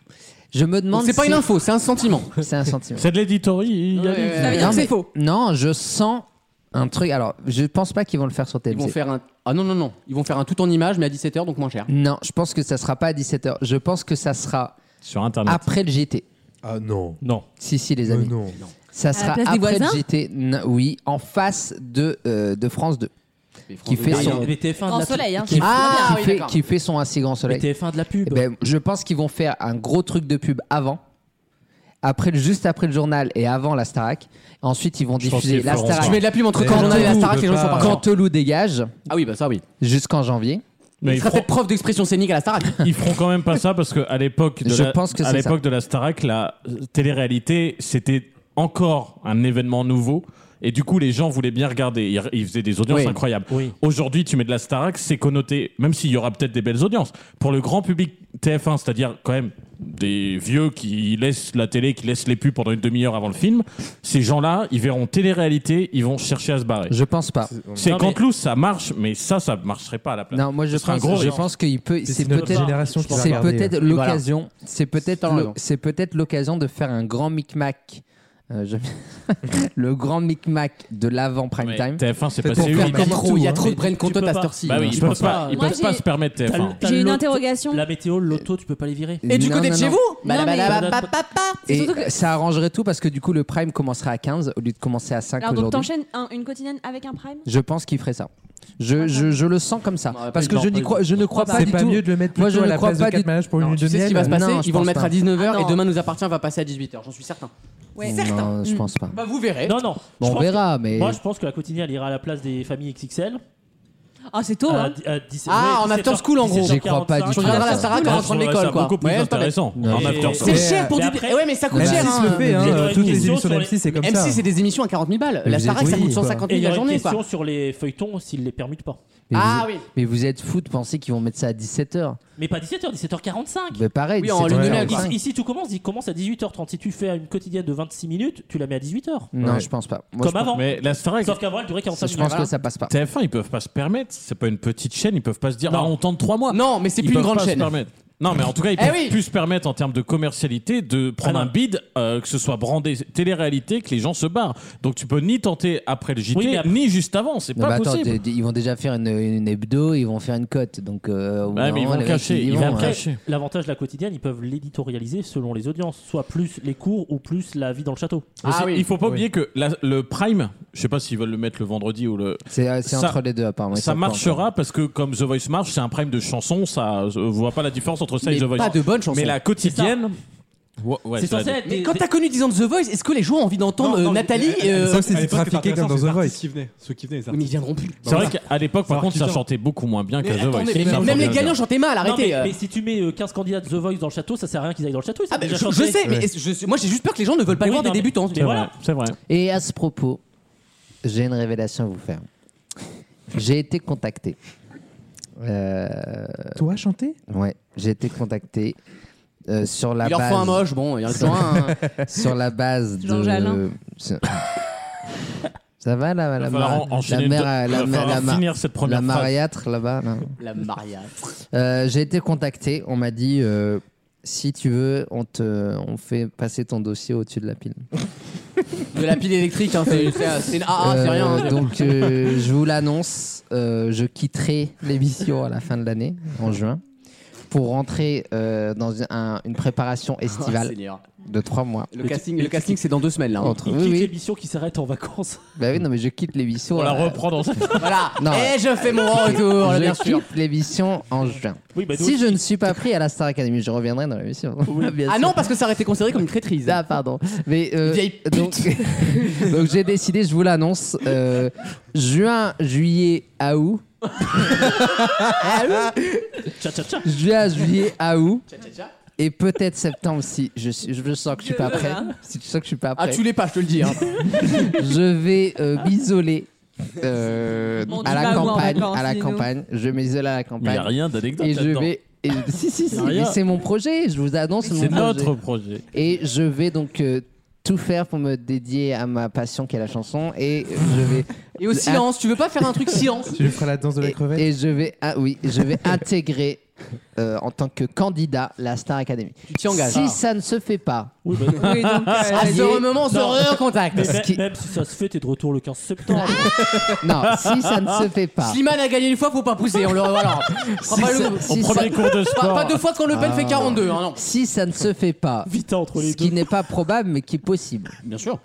S4: Je me demande.
S2: C'est
S4: si-
S2: pas une info, c'est un sentiment.
S4: C'est un sentiment.
S5: C'est de l'éditory, il y a
S2: Ouais,
S5: des-
S2: ouais, ouais. Ça
S4: Non,
S2: veut dire que
S4: mais-
S2: Ah c'est faux.
S4: Non, je sens un truc. Alors, je pense pas qu'ils vont le faire sur
S2: Ils vont
S4: TMC.
S2: faire un. Ah non, non, non. Ils vont faire un tout en image, mais à 17h, donc moins cher.
S4: Non, je pense que ça sera pas à 17h. Je pense que ça sera
S5: sur Internet.
S4: après le JT.
S8: Ah non.
S5: Non.
S4: Si, si, les
S8: Mais
S4: amis.
S8: Euh, non.
S4: Ça
S6: la
S4: sera
S6: place des
S4: après le
S6: voisins
S4: JT. Non, oui, en face de, euh, de France 2.
S2: Mais
S4: Qui
S2: France
S4: fait
S2: Deux,
S4: son-
S2: derrière.
S7: Mais TF1 de
S6: Grand
S7: la-
S6: soleil, hein.
S4: Qui,
S2: Ah,
S4: qui
S2: oui,
S4: fait,
S2: d'accord.
S4: qui fait son Assez Grand
S7: Mais
S4: Soleil.
S7: TF1 de la pub.
S4: Eh ben, je pense qu'ils vont faire un gros truc de pub avant. après, le- juste après le journal et avant la Starac. Ensuite, ils vont
S2: pense
S4: diffuser
S2: qu'il y a
S4: la
S2: Florence
S4: Starac.
S2: Parra. Je mets de la pub entre quand le journal et la Starac, les gens sont partis.
S4: Quand Toulouse dégage.
S2: Ah oui, bah ça, oui.
S4: Jusqu'en janvier.
S5: Mais
S2: il
S5: ils
S2: sera
S5: feront-
S2: peut-être prof d'expression scénique à la Starac.
S5: Ils feront quand même pas ça parce qu'à l'époque de,
S4: Je
S5: la,
S4: pense que
S5: à
S4: c'est
S5: l'époque
S4: ça.
S5: de la Starac, la télé-réalité, c'était encore un événement nouveau. Et du coup, les gens voulaient bien regarder. Ils, ils faisaient des audiences
S2: Oui.
S5: incroyables. Aujourd'hui, tu mets de la Starac, c'est connoté, même s'il y aura peut-être des belles audiences. Pour le grand public TF1, c'est-à-dire quand même des vieux qui laissent la télé, qui laissent les pubs pendant une demi-heure avant le film, ces gens-là, ils verront télé-réalité, ils vont chercher à se barrer.
S4: Je pense pas.
S5: C'est
S4: Non, mais-
S5: Canteloup, ça marche, mais ça, ça marcherait pas à la place.
S4: Non, moi je
S5: Ce serait un
S4: pense,
S5: gros
S4: je
S5: risque.
S4: pense qu'il peut. C'est peut-être c'est peut-être l'occasion. C'est peut-être
S5: hein.
S4: le-
S5: T'as raison.
S4: c'est peut-être l'occasion de faire un grand micmac. Euh, je- le grand micmac de l'avant prime
S5: Mais
S4: time.
S5: TF1, c'est
S4: Pour
S5: passé
S4: faire
S5: huit
S4: comme
S5: ans.
S4: tout,
S5: Il y a
S4: hein.
S5: trop de
S4: Mais
S5: Bren
S4: tu peux
S5: Contot à
S4: pas.
S5: cette heure-ci.
S4: Bah oui,
S5: Je
S4: ils
S5: pense
S4: peuvent
S5: pas. Ils
S4: Moi,
S5: peuvent pas
S4: j'ai-
S5: se permettre
S4: T'as le-
S5: TF1.
S4: t'as le-
S6: Une interrogation.
S7: La météo, l'auto, tu peux pas les virer.
S4: Et du Non, côté de non, chez non. vous
S6: Non, mais- C'est
S4: Et
S6: surtout que-
S4: ça arrangerait tout parce que du coup le prime commencerait à 15 au lieu de commencer à 5
S6: Alors donc
S4: aujourd'hui.
S6: t'enchaînes un- une quotidienne avec un prime
S4: Je pense qu'il ferait ça. Je, je, je le sens comme ça. Parce que
S11: non,
S4: je n'y
S11: pas
S4: crois,
S11: du
S4: je
S11: tout.
S4: ne crois pas
S11: C'est
S4: du
S11: pas
S4: tout.
S11: mieux de le mettre
S4: Moi,
S11: plutôt
S4: je
S11: à
S4: ne
S11: la
S4: crois
S11: place de
S4: pas
S11: quatre
S4: du tout.
S11: mariages pour une lune de
S2: Tu sais ce qui va se
S4: Non,
S2: passer
S4: je
S2: Ils vont
S4: pense
S2: le mettre
S4: pas.
S2: à 19h
S4: Ah,
S2: et
S4: non.
S2: demain nous appartient va passer à 18h, j'en suis certain.
S4: Ouais. Non, je pense pas.
S2: Bah vous verrez.
S7: Non, non.
S4: Bon,
S7: Je
S4: on
S7: pense
S4: verra,
S7: que-
S4: mais-
S7: Moi, je pense que la quotidienne, elle ira à la place des familles XXL.
S6: Ah c'est tôt.
S7: À
S6: hein.
S7: di- à 17
S2: Ah,
S7: ouais,
S2: en after
S7: 17,
S2: school, en gros.
S7: 17,
S2: J'y crois pas du
S7: 45,
S2: tout. Ah, Tu regarderas la Starac en
S7: Ouais,
S2: rentrant de
S7: je trouverais
S2: l'école,
S7: ça
S2: quoi.
S7: Beaucoup plus
S2: Ouais,
S5: intéressant.
S2: pas bête.
S5: En
S2: Ouais.
S5: after
S2: C'est cher pour
S7: Mais
S2: du.
S7: après-
S2: Ouais, mais ça coûte
S7: Mais
S2: cher.
S7: M6 le fait, hein, toutes
S2: Vous avez
S8: euh,
S2: Bah, une
S7: les
S2: question
S7: émissions
S2: sur
S7: sur M6, c'est comme
S2: M6,
S7: ça.
S2: c'est des émissions à 40 000 balles.
S4: Mais
S2: La
S4: vous
S2: Starac,
S4: êtes-
S2: ça
S4: oui,
S2: coûte
S4: quoi.
S2: 150
S7: Et
S2: 000
S7: il y
S2: la
S7: aura une
S2: journée, quoi.
S7: question sur les feuilletons s'ils les permutent pas.
S4: Mais
S2: Ah
S4: vous-
S2: oui.
S4: Mais vous êtes fou de penser qu'ils vont mettre ça à 17h.
S7: Mais pas 17h, 17h45.
S4: Mais pareil, Oui, en 17h45. lune de miel, quoi.
S7: Ici, ici, tout commence, il commence à 18h30. Si tu fais une quotidienne de 26 minutes, tu la mets à 18h.
S4: Non, je pense pas. Mm. Moi,
S7: Comme
S4: je pense-
S7: avant.
S5: Mais la Starac.
S7: Sauf qu'avant, elle durait 45 minutes. Voilà.
S4: passe pas.
S5: TF1, ils peuvent pas se permettre. C'est pas une petite chaîne, ils peuvent pas se dire
S7: Non.
S5: ah, on tente 3 mois.
S2: Non, mais c'est
S5: Ils
S2: plus une
S5: peuvent
S2: grande
S5: pas se
S2: chaîne.
S5: permettre. Non, mais en tout cas, ils
S2: Eh
S5: peuvent
S2: oui.
S5: plus se permettre en termes de commercialité de prendre
S7: Ah non.
S5: un bid, euh, que ce soit brandé télé-réalité, que les gens se barrent. Donc tu peux ni tenter après le JT,
S4: Oui, mais après-
S5: ni juste avant. C'est
S4: Non,
S5: pas
S4: mais attends,
S5: possible.
S4: d- d- ils vont déjà faire une, une hebdo, ils vont faire une cote. Donc, euh, au bout
S5: Ouais,
S4: d'un
S5: mais ils
S4: moment,
S5: vont
S4: les mecs,
S5: cacher,
S4: ils
S5: ils
S4: vont,
S5: vont
S4: hein.
S5: cacher.
S7: L'avantage de la quotidienne, ils peuvent l'éditorialiser selon les audiences, soit plus les cours ou plus la vie dans le château.
S5: Mais
S2: Ah
S5: c'est- Il faut pas oublier que la- le Prime, je sais pas s'ils veulent le mettre le vendredi ou le.
S4: C'est euh, c'est
S5: Ça-
S4: entre les deux, apparemment.
S5: ça marchera parce que comme The Voice marche, c'est un prime de chansons, ça je vois pas la différence entre ça
S2: Mais
S5: et The Voice.
S2: pas de bonnes chansons.
S5: Mais la quotidienne. Ouais, ouais,
S2: C'est
S5: ça
S2: censé
S5: va
S2: être. Mais quand t'as connu 10 ans de The Voice, est-ce que les gens ont envie d'entendre euh, Nathalie euh,
S15: Qui venaient, ceux qui venaient, les
S2: Oui, mais ils
S15: artistes.
S2: viendront plus.
S5: C'est vrai qu'à l'époque, par
S15: Alors,
S5: contre, ça
S15: qu'ils
S5: chantait beaucoup moins bien qu'à
S2: Mais
S5: The Voice.
S2: attendez, mais
S5: Ça, faut
S2: même
S5: bien
S2: les
S5: le
S2: gagnants
S5: dire.
S2: chantaient mal, arrêtez,
S7: Non, mais,
S2: euh.
S7: mais si tu mets euh, 15 candidats de The Voice dans le château, ça sert à rien qu'ils aillent dans le château. ils savent déjà
S2: Je, je
S7: chanter.
S2: sais, mais est-ce- je- moi j'ai juste peur que les gens ne veulent pas
S7: Oui,
S2: voir
S7: non,
S2: des
S7: mais-
S2: débutants.
S7: mais voilà.
S5: C'est vrai.
S4: Et à ce propos, j'ai une révélation à vous faire. J'ai été contacté. Euh,
S8: Toi, chanter
S4: Ouais, j'ai été contacté euh, sur la
S2: Il leur
S4: base.
S2: faut un moche, bon, il y en a
S4: sur,
S2: besoin, hein.
S4: sur la base de.
S2: Jean Jalin.
S4: sur- Ça va la, la,
S5: Il va falloir en-
S4: la,
S5: enchaîner
S4: mère,
S5: deux-
S4: la,
S5: il va
S4: la-
S5: falloir
S4: la-
S5: finir cette
S4: la
S5: première phrase.
S4: mariâtre là-bas. là.
S2: La mariage.
S4: Euh, j'ai été contacté. On m'a dit euh, si tu veux, on te, on fait passer ton dossier au-dessus de la pile.
S2: De la pile électrique, hein, c'est c'est- c'est une AA, c'est
S4: Euh,
S2: rien. hein.
S4: Donc euh, je vous l'annonce, euh, je quitterai l'émission à la fin de l'année, en juin, pour rentrer euh, dans un- une préparation
S5: Ah,
S2: Oh,
S4: estivale
S2: Seigneur.
S4: de trois mois.
S2: Le casting, le casting c'est dans deux semaines là. hein.
S4: Entre-
S7: Ils
S4: oui,
S7: quittent
S4: oui.
S7: l'émission qui s'arrête en vacances.
S4: Bah oui, non mais je quitte l'émission.
S5: On la
S4: euh,
S5: reprend dans
S2: Voilà.
S4: Non.
S2: Et je fais mon retour, là,
S4: je
S2: bien sûr.
S4: quitte l'émission en juin.
S7: Oui, bah, nous
S4: si
S7: aussi.
S4: je ne suis pas pris à la Star Academy, je reviendrai dans l'émission. Bien
S2: Ah
S4: sûr.
S2: non, parce que ça aurait été considéré comme une traîtrise.
S4: Ah pardon. Mais euh,
S2: Vieille pute.
S4: donc, donc j'ai décidé, je vous l'annonce, euh, juin, juillet, à août.
S7: Tcha tcha tcha.
S4: Juin, juillet, à août. Et peut-être septembre si je, suis- je sens que je suis pas prêt. Si tu sens que je suis pas
S2: Ah,
S4: prêt.
S2: tu l'es pas, je te le dis. hein.
S4: Je vais euh, m'isoler. euh,
S2: Bon, tu
S4: à la
S2: vas où en
S4: campagne,
S2: vacances,
S4: à la
S2: dis-nous
S4: campagne, je vais m'isole à la campagne.
S5: Mais y a rien d'anecdote
S4: Bah, Et je
S5: là-dedans.
S4: vais, et- si si
S5: Y
S4: si,
S5: a rien.
S4: mais c'est mon projet. Je vous annonce mon
S5: C'est
S4: projet.
S5: notre projet.
S4: Et je vais donc euh, tout faire pour me dédier à ma passion qui est la chanson. Et je vais.
S2: Et au silence, tu veux pas faire un truc silence
S4: Je ferai la danse de la crevette. Et je vais, ah oui, je vais intégrer euh, en tant que candidat la Star Academy. Tu
S2: t'y engages.
S4: Si
S2: Ah.
S4: ça ne se fait pas.
S7: Oui, bah, non.
S2: à ce Ah, moment, on se Ah.
S7: Non.
S2: recontacte.
S7: Mais
S4: Ce
S7: même-
S4: qui- Ah,
S7: Même si ça se fait, t'es de retour le 15 septembre.
S4: Non, si ça ne se fait pas.
S2: ben, Slimane a gagné une fois, faut pas pousser. On le voilà. Prends
S4: Si
S2: pas
S4: ça-
S2: le-
S4: si Au premier ça- cours de sport.
S2: Pas, pas deux fois quand Le Pen
S4: Ah.
S2: fait 42. hein, non.
S4: Si ça ne se fait pas.
S7: entre
S4: ce qui n'est pas probable, mais qui est possible.
S2: Bien sûr.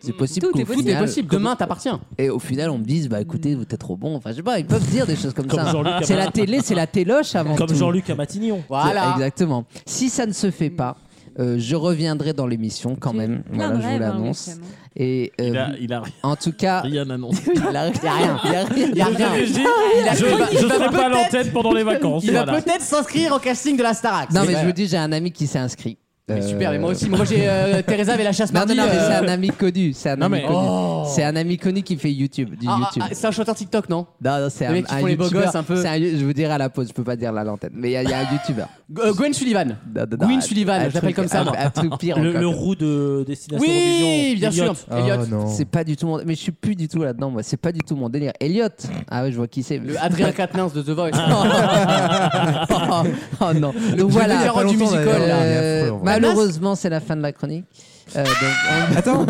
S4: C'est possible.
S2: Tout est
S4: qu'au
S2: possible.
S4: final-
S2: Tout est possible. Demain, t'appartiens.
S4: Et au final, on me dise, bah
S2: Hmm.
S4: écoutez, vous êtes trop bon. Enfin, je sais pas, ils peuvent dire des choses comme,
S7: Comme
S4: ça.
S7: Jean-Luc
S4: C'est
S7: Abraham.
S4: la télé, c'est la téloche avant
S7: Comme
S4: tout.
S7: Jean-Luc à Matignon.
S2: Voilà.
S4: Exactement. Si ça ne se fait pas, Euh, je reviendrai dans l'émission quand même.
S6: plein
S4: Voilà,
S6: de
S4: je vous
S6: rêves, hein,
S4: l'annonce.
S6: Lucien, hein.
S4: Et euh, en tout cas, rien
S5: annoncé.
S4: Il a, il a rien. Il a rien.
S2: Il a rien. Il a-
S5: Ah Je-
S2: il va-
S5: je
S2: il va
S5: serai pas à
S2: peut-être-
S5: l'antenne pendant les vacances,
S2: Il va
S5: voilà.
S2: peut-être s'inscrire au casting de la Starac.
S4: Non, mais je vous dis, j'ai un ami qui s'est inscrit. Euh,
S2: Mais super, mais moi aussi. Moi, j'ai, euh, Teresa avait la chasse
S4: Non,
S2: mardi,
S4: Non, non, mais
S2: euh.
S4: c'est un ami connu. C'est un
S2: Non,
S4: ami
S2: mais-
S4: connu.
S2: Oh.
S4: C'est un ami connu qui fait YouTube. Du
S2: Ah, ah,
S4: YouTube.
S2: ah, c'est un chanteur TikTok, non
S4: Non, non, c'est
S2: Les
S4: un,
S2: mecs qui
S4: un
S2: font les beaux
S4: youtubeur.
S2: gosses un peu.
S4: C'est yo- je vous dirai à la pause, je peux pas dire la lanterne. Mais il y, a- il y a un youtubeur.
S2: G- euh, Gwen Sullivan.
S4: Non, non, non,
S2: Gwen
S4: un-
S2: Sullivan,
S4: un
S2: je l'appelle
S4: truc-
S2: comme ça.
S4: un-
S2: moi.
S4: un truc pire
S7: Le,
S4: encore.
S7: le roux de Destination
S2: Oui,
S7: Eurovision,
S2: bien sûr.
S7: Elliot.
S2: Elliot.
S4: C'est pas du tout mon. Mais je suis plus du tout là-dedans, moi. C'est pas du tout mon délire. Elliot. Ah oui, je vois qui c'est.
S2: Le Adrien Quatennens de The Voice. Ah.
S4: oh, oh non.
S2: Le
S4: Donc
S2: petit
S4: voilà.
S2: vétéran
S4: Pas
S2: du
S4: longtemps,
S2: musical,
S4: d'ailleurs.
S2: là.
S4: Euh,
S2: Il est affreux, en vrai.
S4: malheureusement, c'est la fin de la chronique. Euh, donc, on-
S8: Attends,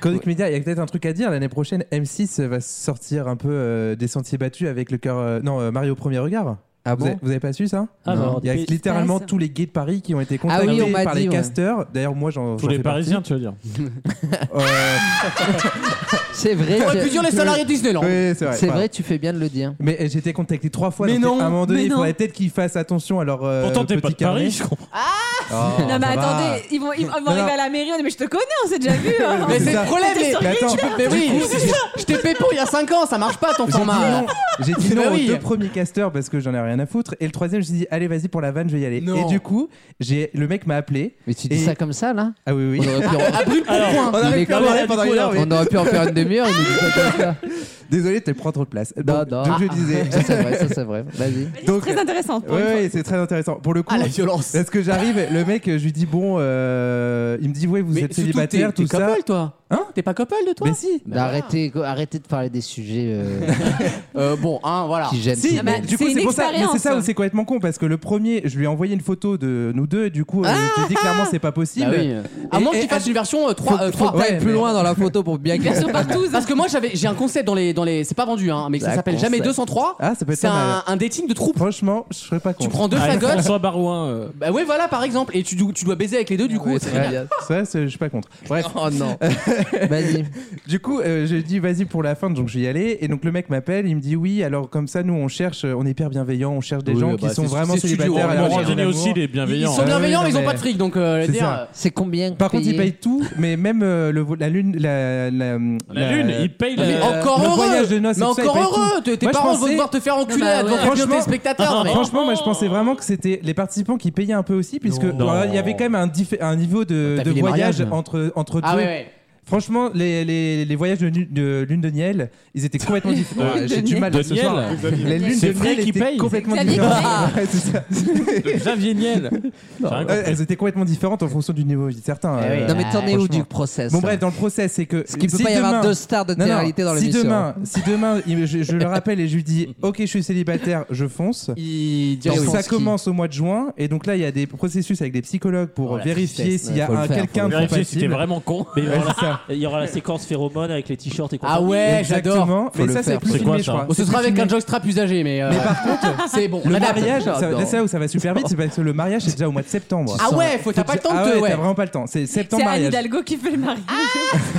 S8: Chronique Média, il y a peut-être un truc à dire. L'année prochaine, M6 va sortir un peu euh, des sentiers battus avec le cœur. euh, non, euh, Mario au premier regard.
S4: Ah
S8: vous,
S4: bon
S8: avez, vous avez pas su ça
S7: Ah Non. bah,
S8: Il y a
S7: qu'est-ce qui se
S8: littéralement
S7: passe
S8: tous les gays de Paris qui ont été
S4: Ah oui,
S8: contactés
S4: on m'a
S8: par
S4: dit,
S8: les
S4: ouais.
S8: casteurs. D'ailleurs, moi, j'en
S5: Tous
S8: j'en
S5: les
S8: fais partie. Oh,
S5: Parisiens, tu veux dire
S4: C'est vrai.
S2: Faudrait
S4: que-
S2: plus dire les salariés de Disneyland.
S8: Oui, c'est vrai.
S4: C'est
S8: Voilà.
S4: vrai, tu fais bien de le dire.
S8: Mais euh, j'étais contacté trois fois.
S2: Mais
S8: donc,
S2: non,
S8: à un moment donné,
S2: mais
S8: il
S2: non.
S8: faudrait peut-être qu'ils fassent attention à leur. euh,
S5: Pourtant, t'es pas
S8: petit
S5: de Paris,
S8: carnet.
S5: je comprends.
S8: Oh,
S6: non, mais
S8: ça va.
S6: attendez, ils vont, ils vont
S8: Non,
S6: arriver
S8: non.
S6: à la mairie, on dit, mais je te connais, on s'est déjà vu. hein.
S2: Mais c'est le problème,
S6: T'es
S2: mais,
S6: sur
S2: mais
S8: attends,
S2: tu peux- mais
S8: du
S2: oui,
S8: coup,
S2: c'est-
S8: c'est-
S2: je t'ai fait pour il y a 5 ans, ça marche pas ton
S8: J'ai dit
S2: format.
S8: non, j'ai dit
S2: Bah
S8: non aux
S2: oui.
S8: deux premiers casteurs parce que j'en ai rien à foutre. Et le troisième, je me suis dit, allez, vas-y pour la vanne, je vais y aller.
S2: Non.
S8: Et du coup, j'ai le mec m'a appelé.
S4: Mais tu dis
S8: Et-
S4: ça comme ça, là
S8: Ah oui, oui.
S4: On aurait pu en,
S2: À brûle pour point.
S8: on aurait
S4: Il
S8: pu
S4: est
S8: en
S4: con.
S8: parler pendant une heure, oui.
S4: On aurait pu en faire une demi-heure. Il nous dit ça comme ça.
S8: Désolé, tu prends trop de place.
S4: Non,
S8: Donc,
S4: non.
S8: donc je disais.
S4: Ça, c'est vrai, ça, c'est vrai. Vas-y.
S8: Donc,
S6: Très intéressant.
S8: Ouais, ouais, c'est très intéressant. Pour le coup,
S2: Ah, la violence.
S8: parce que j'arrive, le mec, je lui dis bon, euh, il me dit ouais, vous
S2: Mais
S8: êtes
S2: surtout,
S8: célibataire,
S2: t'es-
S8: tout
S2: t'es
S8: ça.
S2: couple, toi
S8: Hein
S2: T'es pas couple de toi
S8: Mais si.
S4: Bah, arrêtez, quoi, arrêtez de parler des sujets euh,
S2: Euh, Bon, hein, voilà.
S4: qui gênent. tout
S8: Si,
S4: le
S8: mais
S4: monde.
S8: du coup,
S6: C'est une
S8: c'est pour ça. Mais c'est ça où
S6: expérience.
S8: c'est complètement con parce que le premier, je lui ai envoyé une photo de nous deux et du coup, euh, je te dis clairement, c'est pas possible.
S2: Bah oui. À
S8: Et-
S2: moins
S8: et-
S2: que tu fasses une version 3.
S4: Faut que t'ailles
S8: Ouais,
S4: plus
S8: mais-
S4: loin dans la photo pour bien
S6: Bien
S4: casser.
S6: sûr, partout.
S2: Parce que moi j'avais j'ai un concept dans les dans les c'est pas vendu hein mais ça
S4: La
S2: s'appelle jamais
S4: concept.
S2: 203
S8: Ah, ça peut être
S2: c'est
S8: pas mal.
S2: un, un dating de troupe
S8: Franchement, je serais pas con.
S2: tu
S7: Ah,
S2: prends deux
S5: Avec
S2: fagots
S5: François Barouin. euh,
S2: bah ouais voilà par exemple et tu, dois- tu dois baiser avec les deux du coup c'est génial.
S8: Ça, c'est- je suis pas contre. Bref.
S4: Oh non. Vas-y.
S8: Du coup, euh, je dis vas-y pour la fin, donc je vais y aller. Et donc le mec m'appelle, il me dit oui. Alors comme ça, nous on cherche, euh, on est hyper bienveillants, on cherche des
S2: Oui,
S8: gens
S2: bah,
S8: qui sont
S2: c'est-
S8: vraiment
S2: c'est studio,
S8: célibataires.
S2: hein,
S8: à la
S2: Laurent
S8: recherche
S5: Genet
S8: d'un
S5: aussi, il
S8: amour.
S5: est
S2: ils
S5: bienveillant. hein.
S2: sont
S8: Ah oui,
S2: bienveillants mais ils
S8: non,
S2: ont pas
S8: mais-
S2: de fric donc euh,
S8: C'est
S2: dire,
S8: ça.
S4: C'est combien
S8: Par contre, il
S4: payé
S8: paye tout, mais même euh, le vo- la lune, la la,
S5: La lune, il paye
S2: mais
S5: la.
S2: encore
S8: le
S2: heureux
S8: voyage de noces et
S2: mais
S8: tout ça,
S2: encore
S8: ils payent tout.
S2: heureux tes tes
S8: Moi, je
S2: parents vont
S8: pensais-
S2: devoir te faire enculer
S6: bah
S2: devant
S6: ouais.
S2: quelques
S8: Franchement-
S2: téléspectateurs mais
S8: Franchement, moi je pensais vraiment que c'était les participants qui payaient un peu aussi, puisque
S5: Non.
S8: voilà, il y avait quand même un, diffé- un niveau de,
S4: T'as
S8: de
S4: vu les
S8: voyage
S4: mariages
S8: entre, entre
S2: ah
S8: deux.
S2: ouais, ouais.
S8: Franchement, les, les, les voyages de, nu- de lune de miel, ils étaient complètement différents.
S5: Euh,
S8: Ouais, J'ai du mal
S5: de
S8: ce soir.
S5: miel.
S8: Les lunes
S5: C'est
S8: de
S5: Frey
S8: miel
S5: qui
S8: étaient
S5: paye.
S8: complètement
S6: Xavier qui
S8: différentes.
S6: paye.
S8: Ouais, c'est ça.
S7: oh.
S5: Xavier Niel. J'ai rien
S8: Euh,
S5: compris.
S8: Elles étaient complètement différentes en fonction du niveau de vie de certains.
S2: Eh oui.
S8: euh,
S4: Non, mais t'en es où
S8: franchement.
S4: du process hein
S8: Bon
S4: là
S8: bref, dans le process, c'est que
S4: Parce qu'il peut
S8: si
S4: pas y avoir
S8: demain-
S4: deux stars de
S8: Non, non,
S4: télé-réalité dans
S8: si
S4: l'émission.
S8: demain, si demain, il- je, je le rappelle et je lui dis, ok, je suis célibataire, je fonce.
S2: il
S8: Donc
S4: oui.
S8: ça
S4: Qui-
S8: commence au mois de juin et donc là il y a des processus avec des psychologues pour
S4: Oh, la
S8: vérifier
S4: tristesse.
S8: s'il y a
S4: Faut le
S8: un
S4: faire,
S8: quelqu'un
S4: faut le
S5: Vérifier si t'es
S8: compatible.
S5: vraiment con.
S7: Mais
S8: Ouais,
S7: voilà.
S8: c'est ça.
S7: Il y aura la séquence phéromones avec les t-shirts et
S2: ah ouais j'adore
S8: Exactement.
S4: Eh, Faut
S8: Mais
S4: le
S8: ça c'est
S4: faire.
S8: plus
S5: C'est
S8: filmé
S5: quoi,
S8: je
S5: ça
S8: crois.
S2: Bon, ce
S8: C'est
S2: sera
S8: plus
S2: avec
S8: filmé.
S2: un jockstrap usagé mais euh,
S8: Mais par contre,
S2: c'est bon
S8: le
S2: adapte.
S8: mariage, ça,
S4: J'adore.
S8: là, c'est là où ça va super vite, c'est parce que le mariage c'est déjà au mois de septembre.
S2: ah ouais faut t'as pas le temps
S8: Ah
S2: de te-
S8: ouais,
S2: ouais.
S8: T'as vraiment pas le temps. C'est septembre
S6: C'est Anne
S8: mariage.
S6: Hidalgo qui fait le mariage.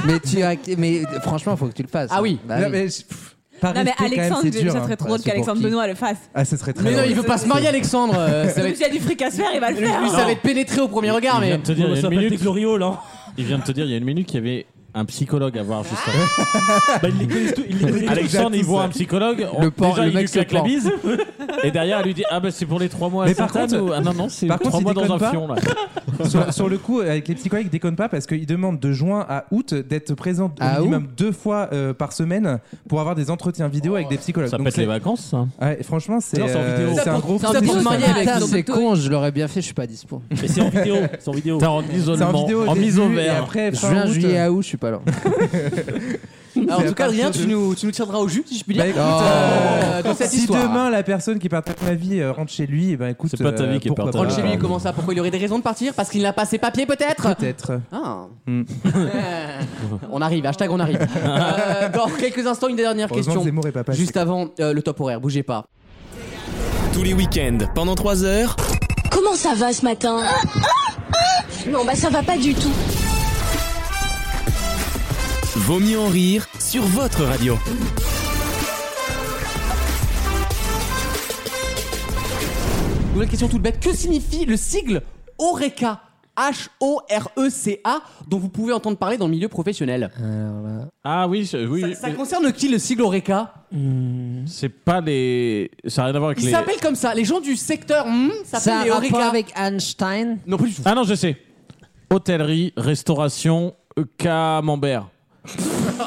S4: Mais tu as- mais franchement, faut que tu le fasses.
S2: Ah
S4: hein.
S2: oui.
S4: Bah
S8: Non, mais je- pff, Paris,
S6: non, mais
S8: c'est quand même,
S6: Alexandre,
S8: c'est
S6: je-
S8: dur,
S6: ça
S8: hein.
S6: serait trop
S4: Ouais,
S2: Ah,
S6: drôle
S4: c'est pour
S6: qu'alexandre
S4: qui
S6: Benoît le fasse.
S8: Ah, ça serait très
S2: mais non
S8: drôle.
S2: il veut pas se marier Alexandre euh, ça va
S6: S'il
S2: être-
S6: y a du fric à se faire, il va le faire.
S2: lui, ça va être pénétré au premier regard
S5: Il vient
S2: mais
S5: de te dire il y a
S7: ça
S5: une
S7: s'appelle des
S5: minute.
S7: Glorioles, hein.
S5: Il vient de te dire il y a une minute qu'il y avait un psychologue à voir juste avant.
S7: Bah, il les connaît tous. Il les connaît tous.
S5: Alexandre, il voit un psychologue. on-
S4: Le pan-
S5: déjà,
S4: le
S5: il
S4: mec
S5: lui
S4: se
S5: claque la
S4: pend.
S5: bise. Et derrière, elle lui dit Ah, bah c'est pour les trois mois.
S8: Mais
S5: à
S8: par
S5: Sainte-Anne
S8: contre-
S5: ou- Ah non, non, c'est
S8: par
S5: trois
S8: contre,
S5: mois
S8: il
S5: dans un
S8: déconne pas.
S5: fion là.
S8: sur, sur le coup, avec les psychologues, ils déconnent pas parce qu'ils demandent de juin à août d'être présents au
S4: À
S8: minimum deux fois euh, par semaine pour avoir des entretiens vidéo avec des psychologues.
S5: Ça
S8: Donc
S5: pète
S8: c'est-
S5: les vacances, ça.
S8: Ouais, franchement, c'est
S7: Non, c'est en
S8: euh,
S7: vidéo.
S8: c'est un gros
S2: Ça pour se marier avec
S4: Putain,
S2: nos
S4: c'est euh,
S2: potos.
S4: con, je l'aurais bien fait, je suis pas dispo.
S7: Mais c'est en vidéo. C'est en vidéo.
S5: T'es en
S8: C'est en
S5: isolement,
S8: vidéo au
S5: en
S8: début,
S5: mise au
S8: Et
S5: vert.
S8: après, fin
S4: Juin,
S8: août,
S4: juillet, à août, je suis pas là.
S2: Alors, en
S8: C'est
S2: tout cas,
S8: à partir
S2: rien, tu
S8: de-
S2: nous, tu nous tiendras au jus, si je puis
S8: Bah,
S2: dire.
S8: écoute,
S2: euh, de cette
S8: si
S2: histoire.
S8: demain la personne qui partage ma vie euh, rentre chez lui, et ben écoute,
S5: C'est pas ta vie qui est
S8: pourquoi
S5: partagée.
S2: Rentre chez
S8: pas.
S2: lui, comment ça Pourquoi il aurait des raisons de partir Parce qu'il n'a pas ses papiers, peut-être
S8: Peut-être.
S2: Ah.
S8: Hmm.
S2: Euh, on arrive, hashtag on arrive. Euh, dans quelques instants, une dernière
S8: Heureusement que
S2: question.
S8: Zemmour est pas passé.
S2: Juste avant euh, le top horaire, bougez pas.
S14: Tous les week-ends, pendant 3 heures.
S10: Comment ça va ce matin Non, bah ça va pas du tout.
S14: Vaut mieux en rire sur votre radio.
S2: Nouvelle question toute bête. Que signifie le sigle ORECA H-O-R-E-C-A, E dont vous pouvez entendre parler dans le milieu professionnel.
S5: Ah oui, je- oui.
S2: Ça- ça concerne qui le sigle Horeca
S5: C'est pas les. Ça n'a rien à voir avec
S2: Ils
S5: les.
S2: s'appellent comme ça. Les gens du secteur hmm,
S4: Ça a
S2: s'appellent les
S4: un rapport
S2: Horeca.
S4: avec Einstein
S2: Non plus.
S5: Ah non, je sais. Hôtellerie, restauration, euh, camembert.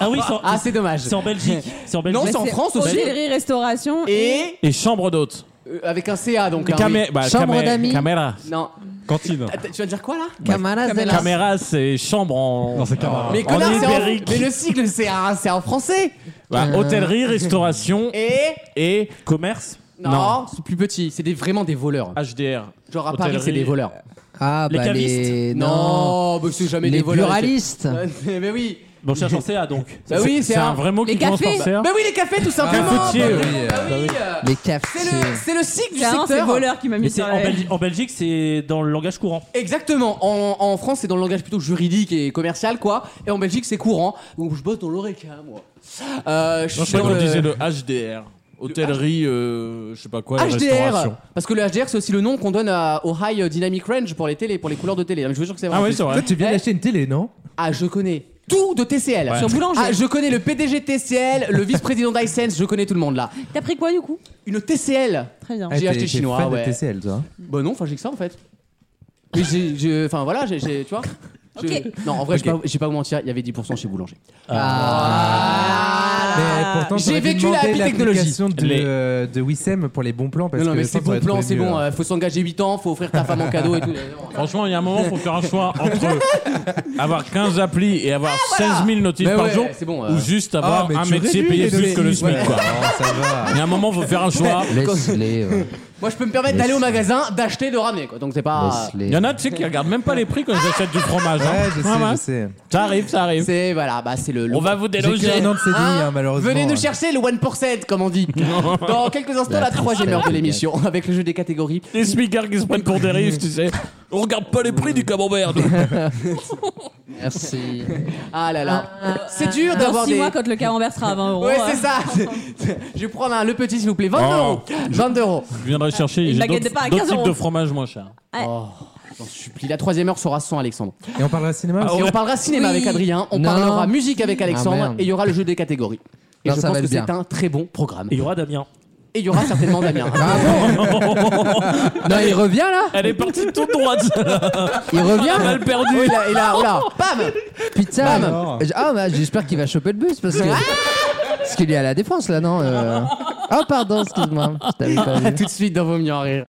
S7: Ah oui, c'est en-
S2: Ah, c'est dommage.
S7: C'est en Belgique. C'est en Belgique.
S2: Non, c'est en France aussi.
S6: Hôtellerie, restauration
S2: Et
S5: Et chambre d'hôte.
S2: euh, avec un CA donc. hein,
S5: Camé-
S2: oui.
S5: bah, camé- Caméra.
S2: Non.
S5: Cantine.
S2: Attends, Tu vas dire quoi là
S5: Caméra, c'est chambre en. Non, c'est caméra.
S2: Mais
S5: en
S2: connard, c'est en-
S5: ibérique.
S2: mais le sigle c'est un- c'est en français.
S5: Bah, Hôtellerie, restauration
S2: Et
S5: et.
S7: Commerce
S2: non, c'est plus petit. C'est des- vraiment des voleurs.
S5: HDR.
S2: Genre à Paris, c'est des voleurs.
S4: Ah,
S2: Les
S4: bah
S2: cavistes.
S4: les...
S2: Non, bah, c'est jamais
S4: les
S2: des voleurs,
S4: pluralistes.
S2: Mais mais oui.
S7: Bon, cherche en CA donc.
S2: Bah oui, c'est Les cafés. Bah oui, les cafés tout simplement.
S7: Cafetier,
S2: Bah
S7: oui.
S2: oui, bah oui.
S4: Les cafés.
S2: C'est le- C'est le sigle du
S6: Clairement,
S2: secteur.
S6: c'est voleur qui m'a mis
S7: Mais c'est
S6: sur
S7: en,
S6: la
S7: Belgi- en Belgique, c'est dans le langage courant.
S2: Exactement. En, en France, c'est dans le langage plutôt juridique et commercial, quoi. Et en Belgique, c'est courant. Donc, je bosse dans l'oreca, moi. Euh, je
S5: Non,
S2: suis
S5: je crois
S2: dans
S5: qu'on
S2: le-
S5: disait le HDR. Hôtellerie, euh, je sais pas quoi, et
S2: HDR.
S5: restauration.
S2: Parce que le HDR, c'est aussi le nom qu'on donne à- au High Dynamic Range pour les télés, pour les couleurs de télé. Non, mais je vous jure que c'est vrai.
S5: Ah ouais, c'est vrai. Toi, tu viens
S2: d'acheter
S8: une télé, non
S2: Ah, je connais. Tout de TCL.
S5: Ouais. Sur Boulanger.
S2: Ah, je connais le PDG de TCL, le vice-président d'iSense, je connais tout le monde là.
S6: T'as pris quoi du coup
S2: Une TCL.
S6: Très bien.
S2: Ah, J'ai
S8: t'es-
S2: acheté
S8: t'es
S2: chinois,
S8: fan
S2: ouais.
S8: de TCL, toi. hein
S2: Bah non, enfin j'ai que ça en fait. Mais j'ai, j'ai- enfin voilà, j'ai, j'ai- tu vois. J'ai-
S6: Ok.
S2: Non, en vrai, je vais pas- je vais pas vous mentir, il y avait 10% chez Boulanger.
S8: Mais pourtant,
S2: J'ai
S8: t'aurais dû
S2: vécu la
S8: demander
S2: happy technology.
S8: l'application de,
S2: Les-
S8: euh, de Wissem pour les bons plans. Parce
S2: Non, non,
S8: que
S2: mais
S8: ça,
S2: c'est bon
S8: t'aurais
S2: plan,
S8: trouvé
S2: c'est
S8: mieux,
S2: bon.
S8: hein.
S2: euh, faut s'engager 8 ans, faut offrir ta femme en cadeau et tout.
S5: Franchement, il y a un moment, faut faire un choix entre avoir 15 applis et avoir 16 000 notifs
S2: Ah, Mais
S5: par
S2: ouais,
S5: jour
S2: c'est bon, euh.
S5: ou juste
S2: Ah,
S5: avoir
S2: mais
S5: un
S2: tu
S5: métier
S2: réduis
S5: payé
S2: les
S5: plus que le SMIC.
S2: données.
S5: Quoi.
S2: Non, ça va.
S5: Il y a un moment, faut faire un choix.
S4: Laisse-les.
S2: Moi, je peux me permettre d'aller au magasin, d'acheter, de ramener quoi. Donc c'est pas.
S5: Il y en a, tu sais, qui regardent même pas les prix quand ils achètent du fromage. hein.
S2: Ah,
S5: Ouais, Ça arrive, ça arrive.
S2: C'est voilà, bah c'est le.
S5: On va vous déloger.
S8: J'ai qu'un an de CDI,
S2: Hein
S8: hein, malheureusement.
S2: Venez nous chercher le 1% comme on dit. Dans quelques instants, la troisième heure de l'émission avec le jeu des catégories.
S5: Les smicards qui se prennent pour des riches, tu sais. On regarde pas les prix du camembert.
S4: Merci.
S2: Ah là là. C'est dur
S6: Dans
S2: d'avoir
S6: 6
S2: des.
S6: mois hein. quand le camembert sera à 20 euros. euh.
S2: Ouais, c'est ça. Je vais prendre un le petit, s'il vous plaît. 20
S5: Oh.
S2: euros. 20 euros.
S5: Je viendrai chercher
S2: Ah, Une
S5: j'ai
S2: baguette
S5: d'autres
S2: de pain à
S5: d'autres
S2: 15
S5: types de
S2: euros.
S5: fromage moins cher.
S2: Oh, j'en supplie. La troisième heure sera sans Alexandre.
S8: Et on parlera cinéma
S2: Et on parlera cinéma
S4: Ah Oui.
S2: avec Adrien, on
S4: Non.
S2: parlera musique avec
S4: Ah,
S2: Alexandre
S4: merde.
S2: et il y aura le jeu des catégories. Et
S4: Non,
S2: je
S4: ça
S2: pense
S4: va
S2: que
S4: être
S2: c'est
S4: bien.
S2: un très bon programme.
S7: Et il y aura Damien.
S2: Et il y aura certainement Damien.
S5: Ah
S4: Non, il revient là
S5: Elle est partie tout droit.
S4: Il revient
S5: Mal perdu.
S2: Oh, il a, il a, oh là, bam
S4: Putain
S2: Bam.
S4: Alors. Ah, bah, j'espère qu'il va choper le bus parce que. Parce qu'il est à la défense là, non euh. Ah, pardon, Oh, excuse-moi. je t'avais pas vu.
S2: Tout de suite dans Vos Mieux en Rire.